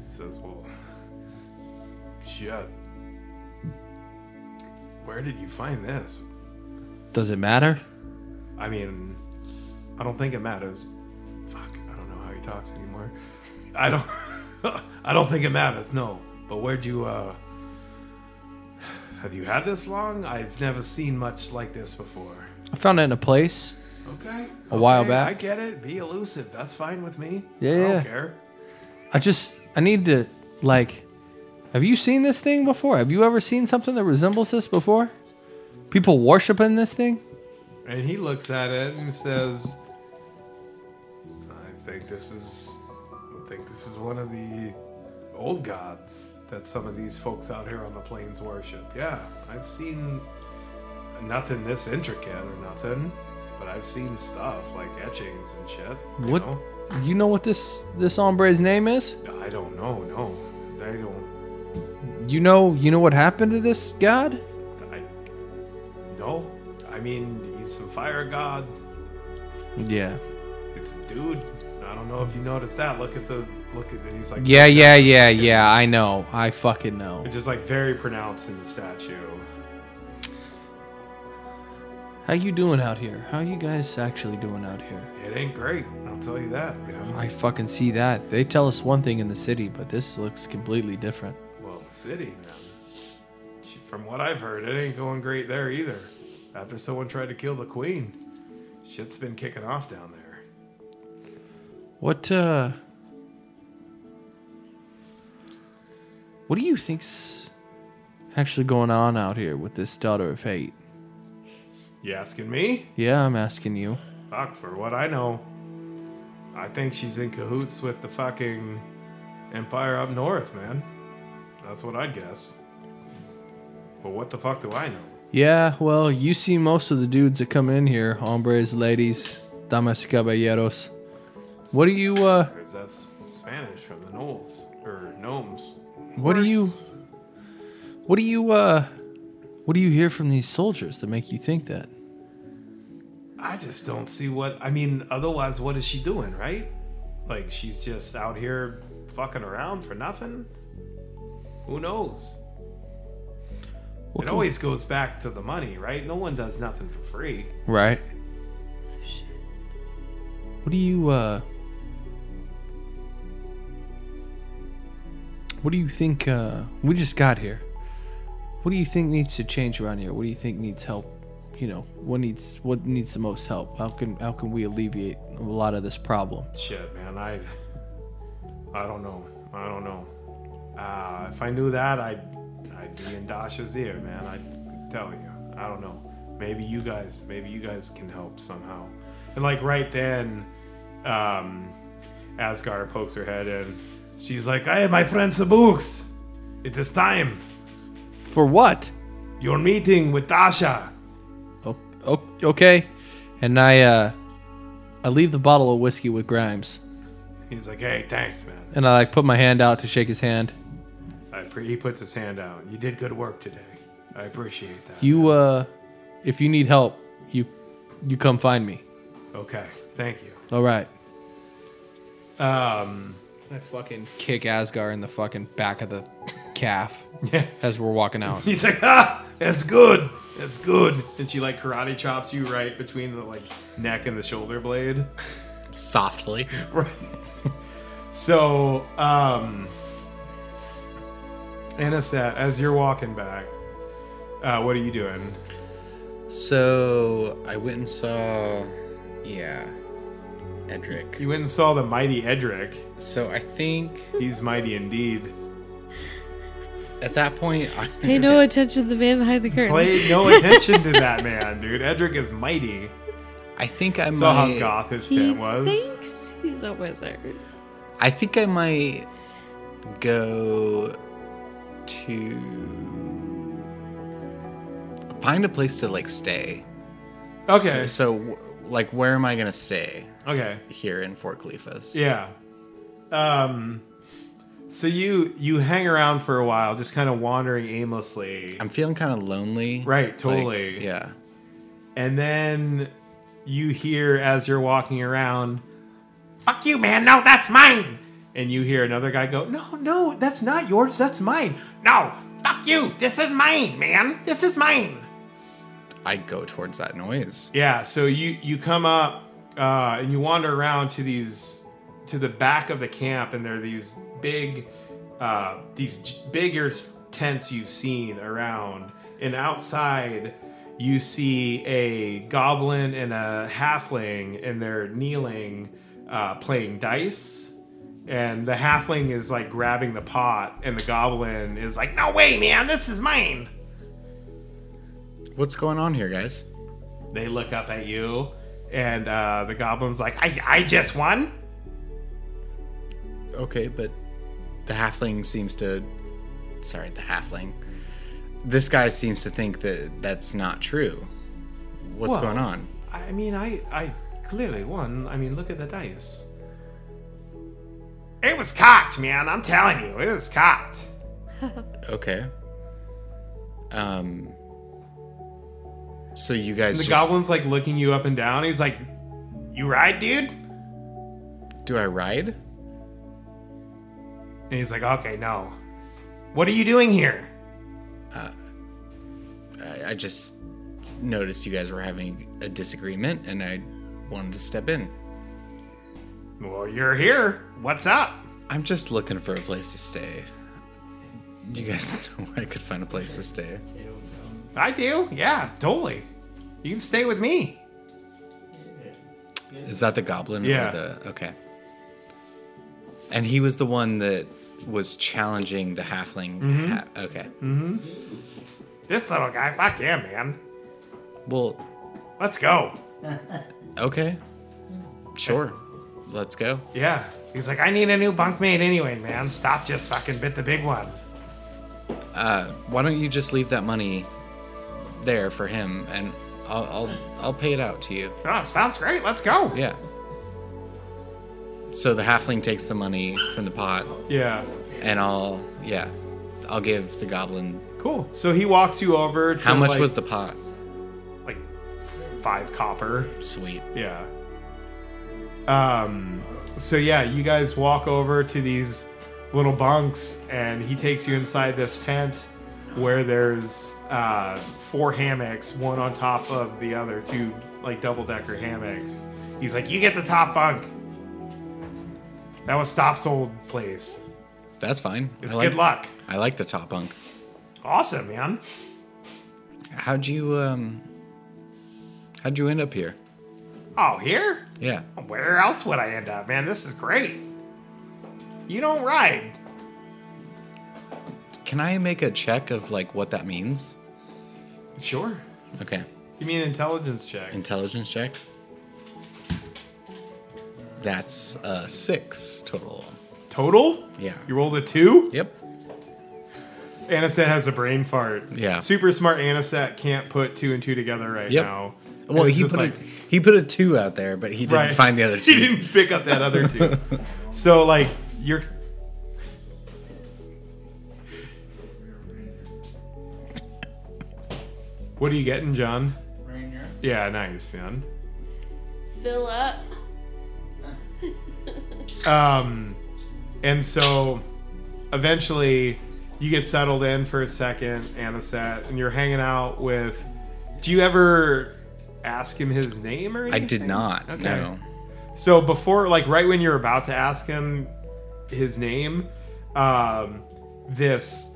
Speaker 4: says, Well, shit. Where did you find this?
Speaker 3: Does it matter?
Speaker 4: I mean, I don't think it matters. Fuck, I don't know how he talks anymore. I don't. I don't think it matters. No, but where'd you? uh Have you had this long? I've never seen much like this before.
Speaker 3: I found it in a place.
Speaker 4: Okay.
Speaker 3: A while
Speaker 4: okay,
Speaker 3: back.
Speaker 4: I get it. Be elusive. That's fine with me.
Speaker 3: Yeah,
Speaker 4: I don't
Speaker 3: yeah.
Speaker 4: care.
Speaker 3: I just, I need to, like, have you seen this thing before? Have you ever seen something that resembles this before? People worshiping this thing?
Speaker 4: And he looks at it and says, "I think this is, I think this is one of the old gods that some of these folks out here on the plains worship. Yeah, I've seen nothing this intricate or nothing, but I've seen stuff like etchings and shit. you
Speaker 3: What?
Speaker 4: know?
Speaker 3: You know what this this hombre's name is?
Speaker 4: I don't know. No, I don't.
Speaker 3: You know, you know what happened to this god?
Speaker 4: I no. I mean, he's some fire god.
Speaker 3: Yeah.
Speaker 4: It's a dude. I don't know if you noticed that. Look at the look at. And he's like,
Speaker 3: Yeah, yeah, yeah, yeah. I know. I fucking know.
Speaker 4: It's just like very pronounced in the statue.
Speaker 3: How you doing out here? How you guys actually doing out here?
Speaker 4: It ain't great, I'll tell you that, man.
Speaker 3: I fucking see that. They tell us one thing in the city, but this looks completely different.
Speaker 4: Well, the city, man. She- From what I've heard, it ain't going great there either. After someone tried to kill the queen, shit's been kicking off down there.
Speaker 3: What uh What do you think's actually going on out here with this daughter of fate?
Speaker 4: You asking me?
Speaker 3: Yeah, I'm asking you.
Speaker 4: Fuck, for what I know, I think she's in cahoots with the fucking empire up north, man. That's what I'd guess. But what the fuck do I know?
Speaker 3: Yeah, well, you see most of the dudes that come in here, hombres, ladies, damas y caballeros. What do you uh
Speaker 4: Because that's Spanish from the gnolls, or gnomes.
Speaker 3: what do you what do you uh what do you hear from these soldiers that make you think that?
Speaker 4: I just don't see what I mean. Otherwise, what is she doing, right? Like she's just out here fucking around for nothing. Who knows?
Speaker 3: What
Speaker 4: It
Speaker 3: can-
Speaker 4: always goes back to the money, right? No one does nothing for free.
Speaker 3: Right. What do you uh What do you think uh we just got here? What do you think needs to change around here? What do you think needs help? You know, what needs what needs the most help? How can how can we alleviate a lot of this problem?
Speaker 4: Shit, man. I I don't know. I don't know. Uh, if I knew that, I'd I'd be in Dasha's ear, man. I'd tell you. I don't know. Maybe you guys, maybe you guys can help somehow. And like right then, um, Asgard pokes her head in. She's like, "Hey, my friend Sabooks, it is time.
Speaker 3: For what?
Speaker 4: Your meeting with Dasha."
Speaker 3: Oh, oh, okay. And I uh I leave the bottle of whiskey with Grimes
Speaker 4: He's like, "Hey, thanks, man."
Speaker 3: and I like put my hand out to shake his hand.
Speaker 4: I pre- he puts his hand out. You did good work today. I appreciate that.
Speaker 3: You uh if you need help, you you come find me.
Speaker 4: Okay, thank you.
Speaker 3: All right.
Speaker 4: Um,
Speaker 3: I fucking kick Asgar in the fucking back of the calf
Speaker 4: yeah.
Speaker 3: as we're walking out.
Speaker 4: He's like, ah, that's good, that's good. And she like karate chops you right between the like neck and the shoulder blade.
Speaker 1: Softly.
Speaker 4: Right. so, um, Anistat, as you're walking back, uh, what are you doing?
Speaker 1: So I went and saw, yeah, Edric.
Speaker 4: You went and saw the mighty Edric.
Speaker 1: So I think
Speaker 4: He's mighty indeed.
Speaker 1: at that point, I,
Speaker 2: Pay no attention to the man behind the curtain.
Speaker 4: Pay no attention to that man, dude. Edric is mighty.
Speaker 1: I think I
Speaker 4: Saw how
Speaker 1: might.
Speaker 4: goth his
Speaker 2: he
Speaker 4: tent was.
Speaker 2: thinks he's a wizard.
Speaker 1: I think I might go to find a place to like stay. So,
Speaker 4: Okay.
Speaker 1: so wh- like, where am I gonna stay
Speaker 4: okay.
Speaker 1: here in Fort Cleefus?
Speaker 4: Yeah. Um. So you you hang around for a while, just kind of wandering aimlessly,
Speaker 1: I'm feeling kind of lonely.
Speaker 4: Right,
Speaker 1: Like,
Speaker 4: totally.
Speaker 1: yeah.
Speaker 4: and then you hear as you're walking around, "Fuck you, man! No, that's mine!" And you hear another guy go, "No, no, that's not yours. That's mine. No, fuck you! This is mine, man. This is mine."
Speaker 1: I go towards that noise.
Speaker 4: Yeah, so you you come up uh, and you wander around to these to the back of the camp, and there are these big uh, these j- bigger s- tents you've seen around, and outside you see a goblin and a halfling, and they're kneeling uh, playing dice. And the halfling is like grabbing the pot, and the goblin is like, "No way, man! This is mine!"
Speaker 1: What's going on here, guys?
Speaker 4: They look up at you, and uh, the goblin's like, I, I just won?
Speaker 1: Okay, but the halfling seems to. Sorry, the halfling. This guy seems to think that that's not true. What's
Speaker 4: Well-
Speaker 1: going on?
Speaker 4: I mean, I, I clearly won. I mean, look at the dice. It was cocked, man. I'm telling you, it was cocked.
Speaker 1: Okay. Um. So you guys.
Speaker 4: the
Speaker 1: just-
Speaker 4: goblin's like looking you up and down. He's like, You ride, dude? And
Speaker 1: Do I ride?
Speaker 4: he's like, Okay, no. What are you doing here?
Speaker 1: I, I just noticed you guys were having a disagreement, and I wanted to step in.
Speaker 4: Well, you're here. What's up?
Speaker 1: I'm just looking for a place to stay. You guys know where I could find a place to stay.
Speaker 4: I do. Yeah, totally. You can stay with me.
Speaker 1: Is that the goblin?
Speaker 4: Yeah.
Speaker 1: Or the, okay. And he was the one that was challenging the halfling. Ha- okay.
Speaker 4: This little guy, fuck yeah, man.
Speaker 1: Well,
Speaker 4: Let's go.
Speaker 1: okay. Sure. Let's go.
Speaker 4: Yeah. He's like, I need a new bunkmate anyway, man. Stop just fucking bit the big one.
Speaker 1: Uh, why don't you just leave that money there for him, and I'll I'll, I'll pay it out to you.
Speaker 4: Oh, sounds great. Let's go.
Speaker 1: Yeah. So the halfling takes the money from the pot,
Speaker 4: Yeah.
Speaker 1: and I'll yeah, I'll give the goblin.
Speaker 4: Cool. So he walks you over to
Speaker 1: How much
Speaker 4: like,
Speaker 1: was the pot?
Speaker 4: like five copper.
Speaker 1: Sweet.
Speaker 4: Yeah. Um so yeah, you guys walk over to these little bunks and he takes you inside this tent where there's uh four hammocks, one on top of the other, two like double decker hammocks. He's like, You get the top bunk. That was Stop's old place.
Speaker 1: That's fine.
Speaker 4: It's
Speaker 1: I like,
Speaker 4: good luck.
Speaker 1: I like the top bunk.
Speaker 4: Awesome, man.
Speaker 1: How'd you um? How'd you end up here?
Speaker 4: Oh, here?
Speaker 1: Yeah.
Speaker 4: Where else would I end up, man? This is great. You don't ride.
Speaker 1: Can I make a check of like what that means?
Speaker 4: Sure.
Speaker 1: Okay.
Speaker 4: You mean intelligence check?
Speaker 1: Intelligence check. That's uh six total.
Speaker 4: Total?
Speaker 1: Yeah.
Speaker 4: You rolled a two?
Speaker 1: Yep.
Speaker 4: Anisette has a brain fart.
Speaker 1: Yeah.
Speaker 4: Super smart Anisette can't put two and two together right
Speaker 1: Yep.
Speaker 4: now.
Speaker 1: Well,
Speaker 4: It's
Speaker 1: he
Speaker 4: just
Speaker 1: put
Speaker 4: like-
Speaker 1: a, he put a two out there, but he didn't
Speaker 4: Right.
Speaker 1: find the other
Speaker 4: She
Speaker 1: two.
Speaker 4: didn't pick up that other two. so like you're What are you getting, John? Yeah, nice, man.
Speaker 2: fill up.
Speaker 4: Um, and so eventually you get settled in for a second, Anisette, and you're hanging out with. Do you ever ask him his name or
Speaker 1: I
Speaker 4: anything?
Speaker 1: did not.
Speaker 4: Okay.
Speaker 1: No.
Speaker 4: So before, like right when you're about to ask him his name, um, this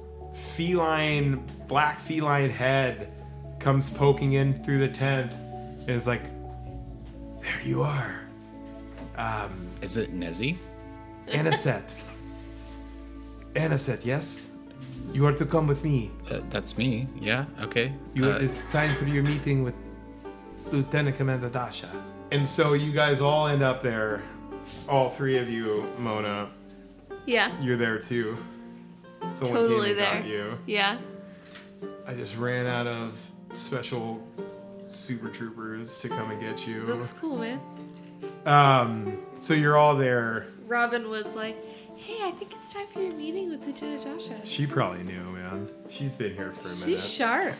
Speaker 4: feline, black feline head comes poking in through the tent and is like, "There you are, um,
Speaker 1: Is it Nezzy?
Speaker 4: Anisette. Anisette, yes, you are to come with me.
Speaker 1: Uh, that's me. Yeah. Okay.
Speaker 4: You,
Speaker 1: Uh,
Speaker 4: it's time for your meeting with Lieutenant Commander Dasha. And so you guys all end up there, all three of you, Mona.
Speaker 2: Yeah.
Speaker 4: You're there too. Someone
Speaker 2: Totally
Speaker 4: came and
Speaker 2: there.
Speaker 4: got you.
Speaker 2: Yeah.
Speaker 4: I just ran out of special super troopers to come and get you.
Speaker 2: That's cool, man.
Speaker 4: Um, so you're all there.
Speaker 2: Robin was like, "Hey, I think it's time for your meeting with Lieutenant Dasha."
Speaker 4: She probably knew, man. She's been here for a minute.
Speaker 2: She's sharp.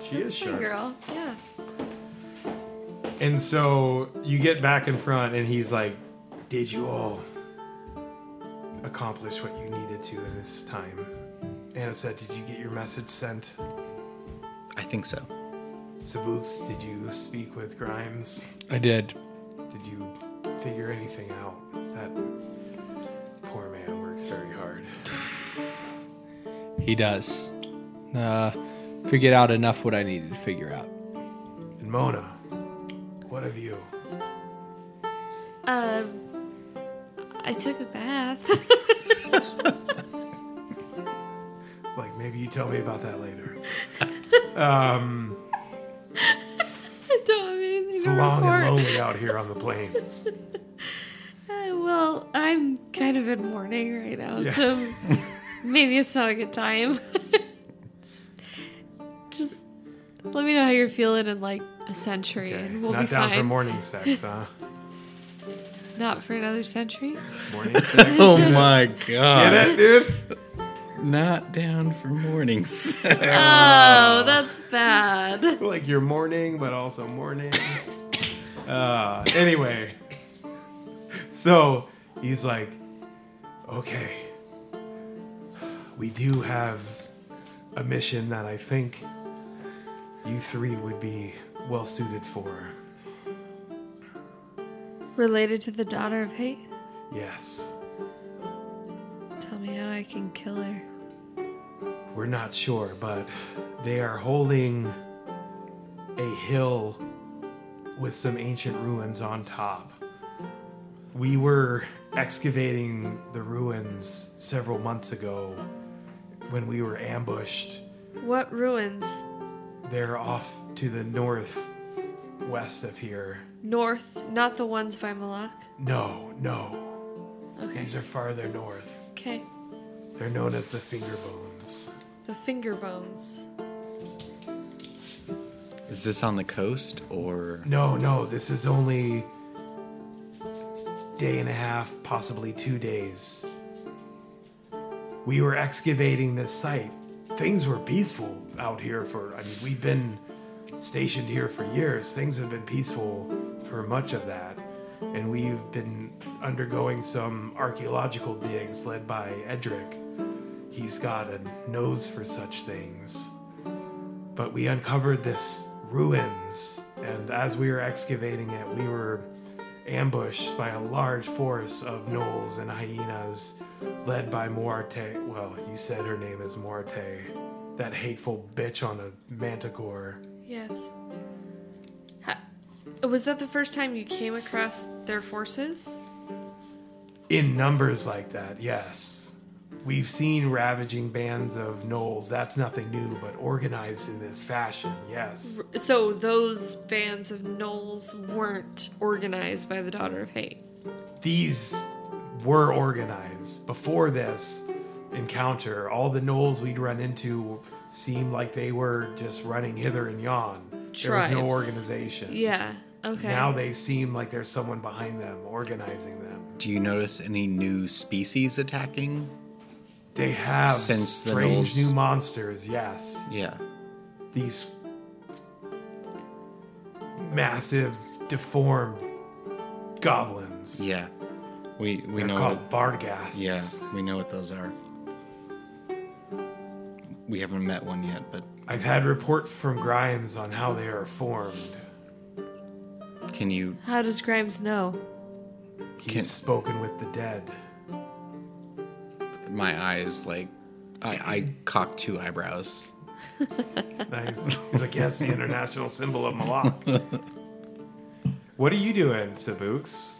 Speaker 4: she
Speaker 2: That's
Speaker 4: is
Speaker 2: my
Speaker 4: sharp.
Speaker 2: girl. Yeah.
Speaker 4: And so you get back in front, and he's like, Did you all accomplish what you needed to in this time? Anna said, Did you get your message sent?
Speaker 1: I think so.
Speaker 4: Sabuks, did you speak with Grimes?
Speaker 5: I did.
Speaker 4: Did you figure anything out? That poor man works very hard.
Speaker 5: He does. Uh, figured out enough what I needed to figure out.
Speaker 4: And Mona, what of you?
Speaker 2: Um, I took a bath.
Speaker 4: It's like maybe you tell me about that later. um,
Speaker 2: I don't have anything
Speaker 4: it's
Speaker 2: to
Speaker 4: long and
Speaker 2: report.
Speaker 4: lonely out here on the plains.
Speaker 2: Uh, well, I'm kind of in mourning right now,
Speaker 4: Yeah.
Speaker 2: so maybe it's not a good time. Just let me know how you're feeling in like a century,
Speaker 4: Okay,
Speaker 2: and we'll
Speaker 4: Not
Speaker 2: be
Speaker 4: down
Speaker 2: fine.
Speaker 4: for morning sex, huh?
Speaker 2: not for another century.
Speaker 4: Morning sex.
Speaker 1: Oh my
Speaker 4: Get
Speaker 1: god.
Speaker 4: it, dude?
Speaker 1: Not down for morning sex.
Speaker 2: Oh, that's bad.
Speaker 4: like you're mourning, but also mourning. uh, anyway, so he's like, okay, we do have a mission that I think you three would be well suited for.
Speaker 2: Related to the daughter of hate.
Speaker 4: Yes,
Speaker 2: Tell me how I can kill her.
Speaker 4: we're not sure, but they are holding a hill with some ancient ruins on top. We were excavating the ruins several months ago when we were ambushed.
Speaker 2: What ruins?
Speaker 4: They're off to the north west of here.
Speaker 2: North, not the ones by Malak.
Speaker 4: No, no.
Speaker 2: Okay.
Speaker 4: These are farther north.
Speaker 2: Okay.
Speaker 4: They're known as the finger bones.
Speaker 2: The finger bones.
Speaker 1: Is this on the coast or
Speaker 4: No, no, this is only day and a half, possibly two days. We were excavating this site. Things were peaceful out here for I mean, we've been stationed here for years. Things have been peaceful for much of that. And we've been undergoing some archaeological digs led by Edric. He's got a nose for such things but we uncovered this ruins and as we were excavating it we were ambushed by a large force of gnolls and hyenas led by Muarte well you said her name is Muarte that hateful bitch on a manticore
Speaker 2: Yes. Ha- was that the first time you came across their forces?
Speaker 4: in numbers like that yes we've seen ravaging bands of gnolls that's nothing new but organized in this fashion yes
Speaker 2: So those bands of gnolls weren't organized by the Daughter of Hate.
Speaker 4: these were organized before this encounter. All the gnolls we'd run into seemed like they were just running hither and yon. There was no
Speaker 2: Tribes.
Speaker 4: organization.
Speaker 2: Yeah. Okay.
Speaker 4: Now they seem like there's someone behind them organizing them.
Speaker 1: do you notice any new species attacking?
Speaker 4: They have
Speaker 1: Since the
Speaker 4: strange
Speaker 1: gnolls-
Speaker 4: new monsters. Yes,
Speaker 1: Yeah.
Speaker 4: these massive, deformed goblins.
Speaker 1: Yeah. We we
Speaker 4: They're
Speaker 1: know what,
Speaker 4: called bargasts.
Speaker 1: yeah, we know what those are. We haven't met one yet, but
Speaker 4: I've had report from Grimes on how they are formed.
Speaker 1: can you
Speaker 2: How does Grimes know?
Speaker 4: He's
Speaker 1: Can-
Speaker 4: spoken with the dead.
Speaker 1: my eyes like I, I cock two eyebrows.
Speaker 4: Nice. He's like, yes, the international symbol of Malak. what are you doing, Sabuks?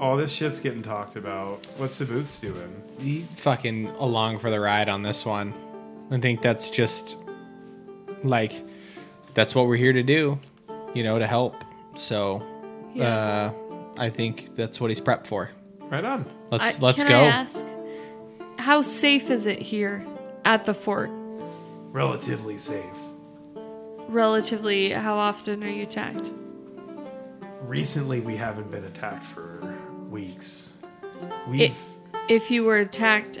Speaker 4: All this shit's getting talked about. What's Sabuks doing?
Speaker 3: He fucking along for the ride on this one. I think that's just like that's what we're here to do, you know, to help. So uh I think that's what he's prepped for.
Speaker 4: Right on.
Speaker 3: Let's
Speaker 2: I-
Speaker 3: let's
Speaker 2: can
Speaker 3: go.
Speaker 2: I ask, how safe is it here at the fort?
Speaker 4: Relatively safe.
Speaker 2: Relatively, how often are you attacked?
Speaker 4: Recently, we haven't been attacked for weeks. We've.
Speaker 2: If, if you were attacked,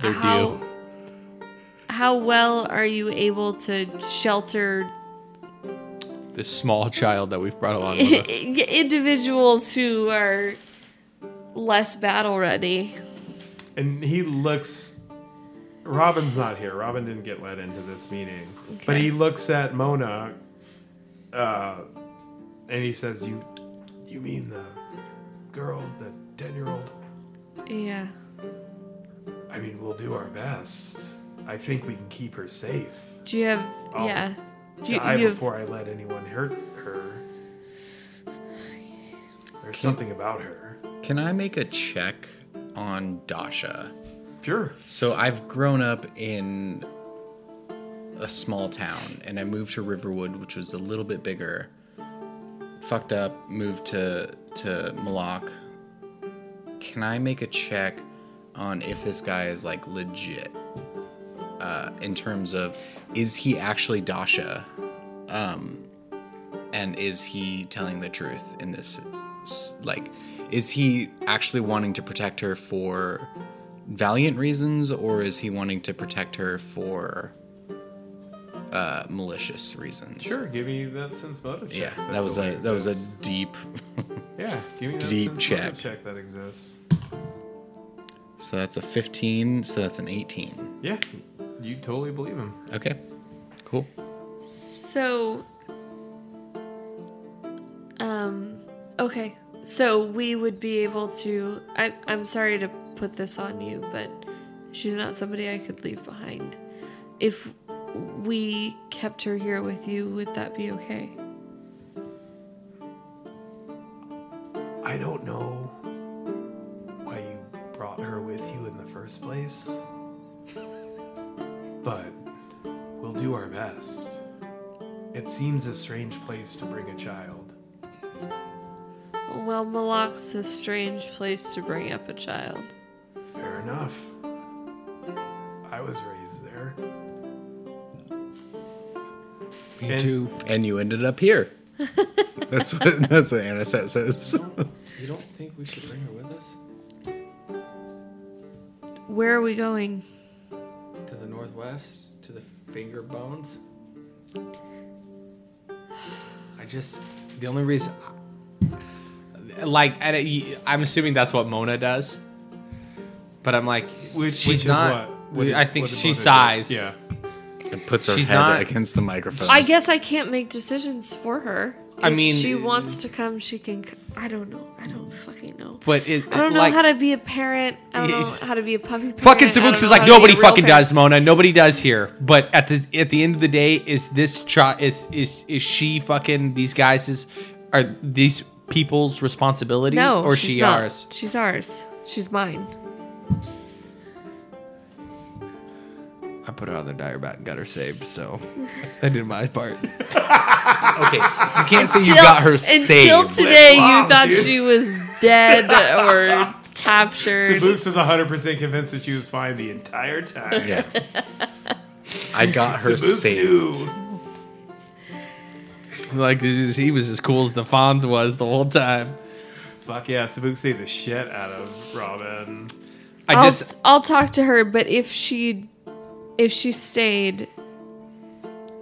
Speaker 3: They're
Speaker 2: how,
Speaker 3: due.
Speaker 2: how well are you able to shelter
Speaker 3: This small child that we've brought along with us.
Speaker 2: individuals who are less battle ready?
Speaker 4: And he looks. Robin's not here. Robin didn't get let into this meeting. But
Speaker 2: Okay.
Speaker 4: he looks at Mona, uh, and he says, "You, you mean the girl, the ten-year-old?
Speaker 2: Yeah.
Speaker 4: I mean, we'll do our best. I think we can keep her safe.
Speaker 2: Do you have?
Speaker 4: I'll
Speaker 2: yeah. Do you,
Speaker 4: Die
Speaker 2: you have,
Speaker 4: before I let anyone hurt her. There's something about her.
Speaker 1: Can I make a check on Dasha?
Speaker 4: Sure.
Speaker 1: So I've grown up in a small town and I moved to Riverwood, which was a little bit bigger. Fucked up, moved to to Malak. Can I make a check on if this guy is like legit? Uh, in terms of is he actually Dasha? Um and is he telling the truth in this s- like is he actually wanting to protect her for valiant reasons or is he wanting to protect her for uh malicious reasons
Speaker 4: Sure. Give me that sense motive.
Speaker 1: yeah
Speaker 4: check
Speaker 1: that was a
Speaker 4: totally
Speaker 1: that was a
Speaker 4: exists.
Speaker 1: deep
Speaker 4: Yeah, give me that
Speaker 1: Deep
Speaker 4: sense
Speaker 1: check.
Speaker 4: motive check that exists.
Speaker 1: so that's a 15 so that's an 18
Speaker 4: Yeah, you totally believe him.
Speaker 1: okay cool
Speaker 2: So, um, okay. So we would be able to. I, I'm sorry to put this on you, but she's not somebody I could leave behind. If we kept her here with you, would that be okay?
Speaker 4: I don't know why you brought her with you in the first place, but we'll do our best. It seems a strange place to bring a child.
Speaker 2: Well, Malak's a strange place to bring up a child.
Speaker 4: Fair enough. I was raised there.
Speaker 3: Me
Speaker 4: And-
Speaker 3: too.
Speaker 1: and you ended up here that's what that's what anisette says
Speaker 3: You don't think we should bring her with us
Speaker 2: Where are we going?
Speaker 3: to the northwest to the finger bones? I just the only reason like I don't- I'm assuming that's what Mona does. But I'm like
Speaker 4: Which,
Speaker 3: she's
Speaker 4: which
Speaker 3: not
Speaker 4: Is what? What did-
Speaker 3: I think
Speaker 4: what did
Speaker 3: she
Speaker 4: Mona do?
Speaker 3: sighs.
Speaker 4: Yeah.
Speaker 1: and puts her
Speaker 3: She's
Speaker 1: head
Speaker 3: not-
Speaker 1: against the microphone
Speaker 2: I guess I can't make decisions for her.
Speaker 3: I
Speaker 2: If
Speaker 3: mean-
Speaker 2: she wants to come, she can. c- I don't know. I don't fucking know.
Speaker 3: But it,
Speaker 2: I don't know
Speaker 3: like,
Speaker 2: how to be a parent. I don't
Speaker 3: Yeah.
Speaker 2: know how to be a puppy parent.
Speaker 3: Fucking
Speaker 2: I don't
Speaker 3: Sabuks
Speaker 2: know
Speaker 3: is
Speaker 2: how
Speaker 3: like
Speaker 2: to be
Speaker 3: nobody
Speaker 2: a real
Speaker 3: fucking
Speaker 2: parent."
Speaker 3: does, Mona. Nobody does here. But at the at the end of the day, is this try is is is she fucking these guys is are these people's responsibility
Speaker 2: No,
Speaker 3: or
Speaker 2: she's
Speaker 3: she
Speaker 2: not.
Speaker 3: ours?
Speaker 2: She's ours. She's mine.
Speaker 3: I put her on the dire bat and got her saved, so I did my part.
Speaker 1: okay you can't say you
Speaker 2: Till-
Speaker 1: got her
Speaker 2: Until
Speaker 1: saved
Speaker 2: today,
Speaker 4: Wow,
Speaker 2: you thought
Speaker 4: dude.
Speaker 2: she was dead or captured.
Speaker 4: Sabuks was 100% convinced that she was fine the entire time.
Speaker 1: yeah i got her
Speaker 4: Sabuks
Speaker 1: saved
Speaker 4: knew.
Speaker 3: Like it was- he was as cool as the Fonz was the whole time.
Speaker 4: Fuck yeah, Sabuks saved the shit out of Robin.
Speaker 3: I
Speaker 2: I'll,
Speaker 3: just
Speaker 2: I'll talk to her, but if she, if she stayed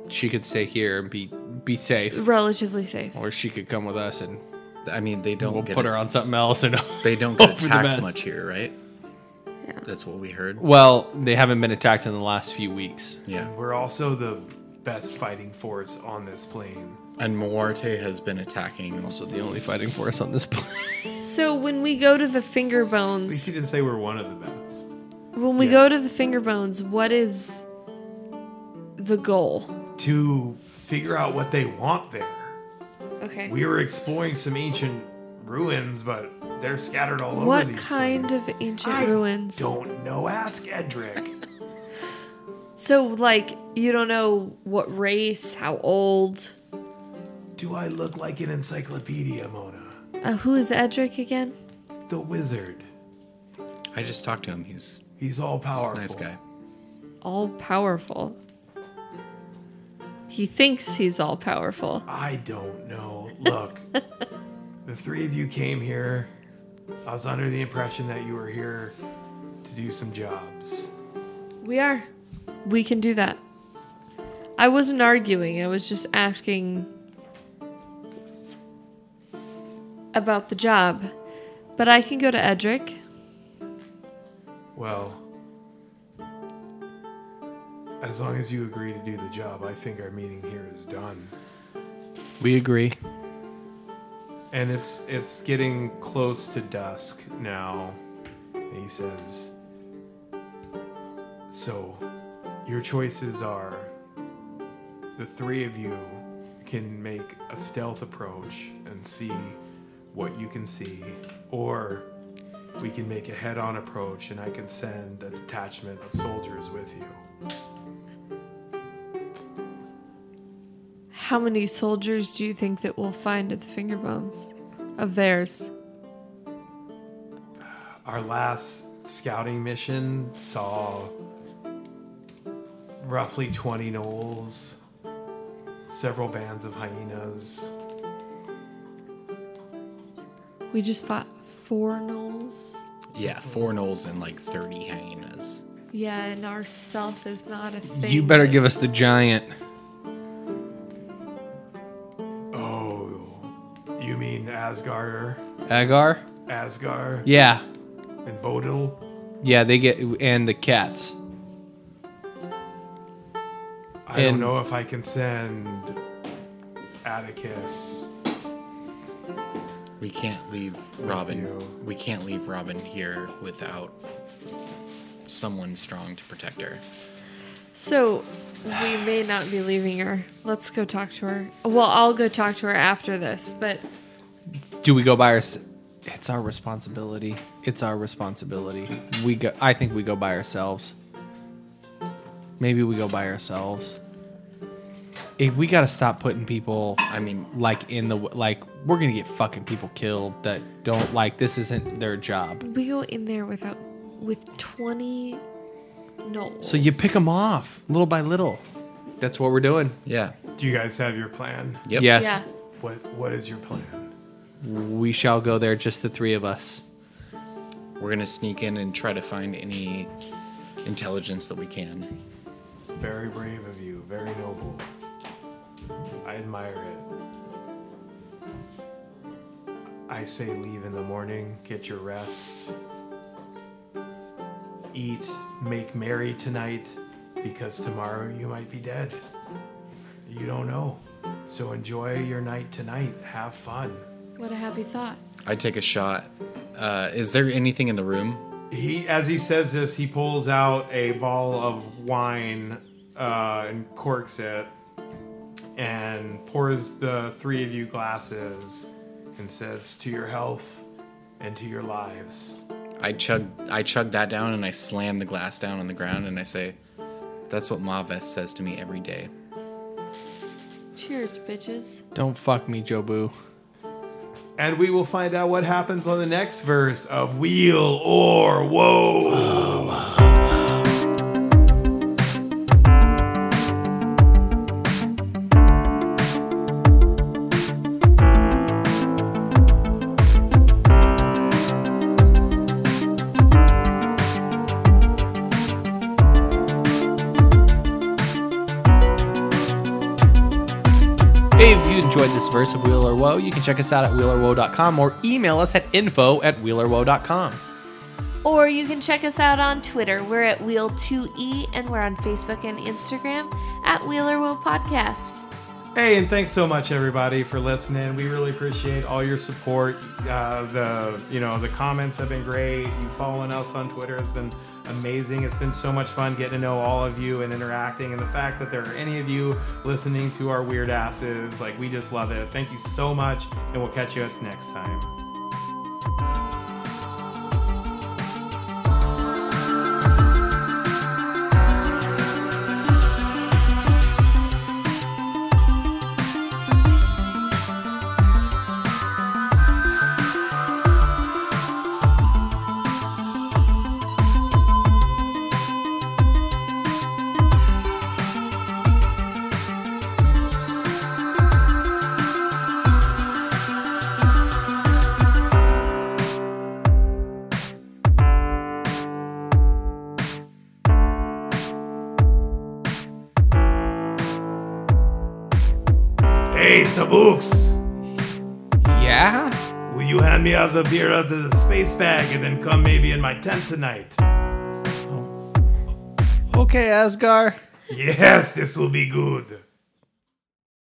Speaker 3: she could stay here and be be safe,
Speaker 2: relatively safe,
Speaker 3: or she could come with us and
Speaker 1: I mean, they don't
Speaker 3: We'll
Speaker 1: get
Speaker 3: put
Speaker 1: it-
Speaker 3: her on something else and
Speaker 1: They don't get
Speaker 3: hope for the
Speaker 1: attacked
Speaker 3: best.
Speaker 1: much here, right?
Speaker 2: Yeah.
Speaker 1: That's what we heard.
Speaker 3: Well, they haven't been attacked in the last few weeks.
Speaker 1: Yeah.
Speaker 4: We're also the best fighting force on this plane.
Speaker 1: And Moarte has been attacking.
Speaker 3: Also, the only fighting force on this planet.
Speaker 2: So when we go to the finger
Speaker 4: At least
Speaker 2: bones,
Speaker 4: you didn't say we're one of the best.
Speaker 2: when we go
Speaker 1: Yes.
Speaker 2: to the finger bones, what is the goal?
Speaker 4: To figure out what they want there.
Speaker 2: Okay.
Speaker 4: We were exploring some ancient ruins, but they're scattered all over
Speaker 2: What
Speaker 4: these
Speaker 2: kind
Speaker 4: plains.
Speaker 2: of ancient
Speaker 4: I
Speaker 2: ruins?
Speaker 4: Don't know. Ask Edric.
Speaker 2: So like you don't know what race, how old,
Speaker 4: Do I look like an encyclopedia, Mona?
Speaker 2: uh, who is Edric again?
Speaker 4: The wizard.
Speaker 1: I just talked to him. He's,
Speaker 4: He's all
Speaker 1: he's a
Speaker 4: powerful.
Speaker 1: nice guy.
Speaker 2: All powerful. He thinks he's all powerful.
Speaker 4: I don't know. Look, the three of you came here. I was under the impression that you were here to do some jobs.
Speaker 2: We are. We can do that. I wasn't arguing. I was just asking about the job. But I can go to Edric.
Speaker 4: Well, as long as you agree to do the job, I think our meeting here is done.
Speaker 3: We agree.
Speaker 4: And it's it's getting close to dusk now. And he says, "So, your choices are the three of you can make a stealth approach and see what you can see, or we can make a head-on approach and I can send a detachment of soldiers with you.
Speaker 2: How many soldiers do you think that we'll find at the finger bones of theirs?
Speaker 4: Our last scouting mission saw roughly 20 gnolls, several bands of hyenas.
Speaker 2: We just fought four gnolls.
Speaker 1: Yeah, four gnolls and like 30 hyenas.
Speaker 2: Yeah, and our stealth is not a thing.
Speaker 5: You better
Speaker 2: that-
Speaker 5: give us the giant.
Speaker 4: Oh, you mean Asgar,
Speaker 3: Agar?
Speaker 4: Asgar,
Speaker 3: Yeah.
Speaker 4: and Bodil?
Speaker 3: Yeah, they get. And the cats.
Speaker 4: I
Speaker 3: And-
Speaker 4: don't know if I can send Atticus.
Speaker 1: We can't leave Robin.
Speaker 4: you.
Speaker 1: We can't leave Robin here without someone strong to protect her.
Speaker 2: So we may not be leaving her. Let's go talk to her. Well, I'll go talk to her after this, but
Speaker 5: Do we go by our? It's our responsibility. It's our responsibility. We go. I think we go by ourselves. Maybe we go by ourselves. If we gotta stop putting people
Speaker 1: I mean,
Speaker 5: like in the w- like, we're gonna get fucking people killed that don't like this. Isn't their job.
Speaker 2: we go in there without with 20 no.
Speaker 5: So you pick them off little by little. That's what we're doing.
Speaker 1: yeah.
Speaker 4: Do you guys have your plan?
Speaker 1: Yep.
Speaker 5: Yes.
Speaker 2: Yeah.
Speaker 4: What What is your plan?
Speaker 5: We shall go there, just the three of us.
Speaker 1: We're going to sneak in and try to find any intelligence that we can.
Speaker 4: It's very brave of you, very noble. I admire it. I say leave in the morning, get your rest, eat, make merry tonight, because tomorrow you might be dead. You don't know. So enjoy your night tonight. Have fun.
Speaker 2: What a happy thought.
Speaker 1: I take a shot. Uh, is there anything in the room?
Speaker 4: He, as he says this, he pulls out a ball of wine uh, and corks it, and pours the three of you glasses, and says, "To your health, and to your lives."
Speaker 1: I chug I chug that down and I slam the glass down on the ground and I say, "That's what Maveth says to me every day."
Speaker 2: Cheers, bitches.
Speaker 5: Don't fuck me, Jobu.
Speaker 4: And we will find out what happens on the next verse of Wheel or Woe.
Speaker 5: If you enjoyed this verse of Wheel or Woe, you can check us out at wheelerwoe.com or email us at info at wheelerwoe.com.
Speaker 2: Or you can check us out on Twitter. We're at Wheel2E, and we're on Facebook and Instagram at Wheeler Wheel Podcast.
Speaker 4: Hey, and thanks so much everybody for listening. We really appreciate all your support. Uh, the you know the comments have been great. You following us on Twitter has been amazing. It's been so much fun getting to know all of you and interacting. And the fact that there are any of you listening to our weird asses, like we just love it. Thank you so much, and we'll catch you at the next time. Hey, Sabooks,
Speaker 5: Yeah?
Speaker 4: will you hand me out the beer out of the space bag and then come maybe in my tent tonight?
Speaker 3: Okay, Asgar.
Speaker 4: Yes, this will be good.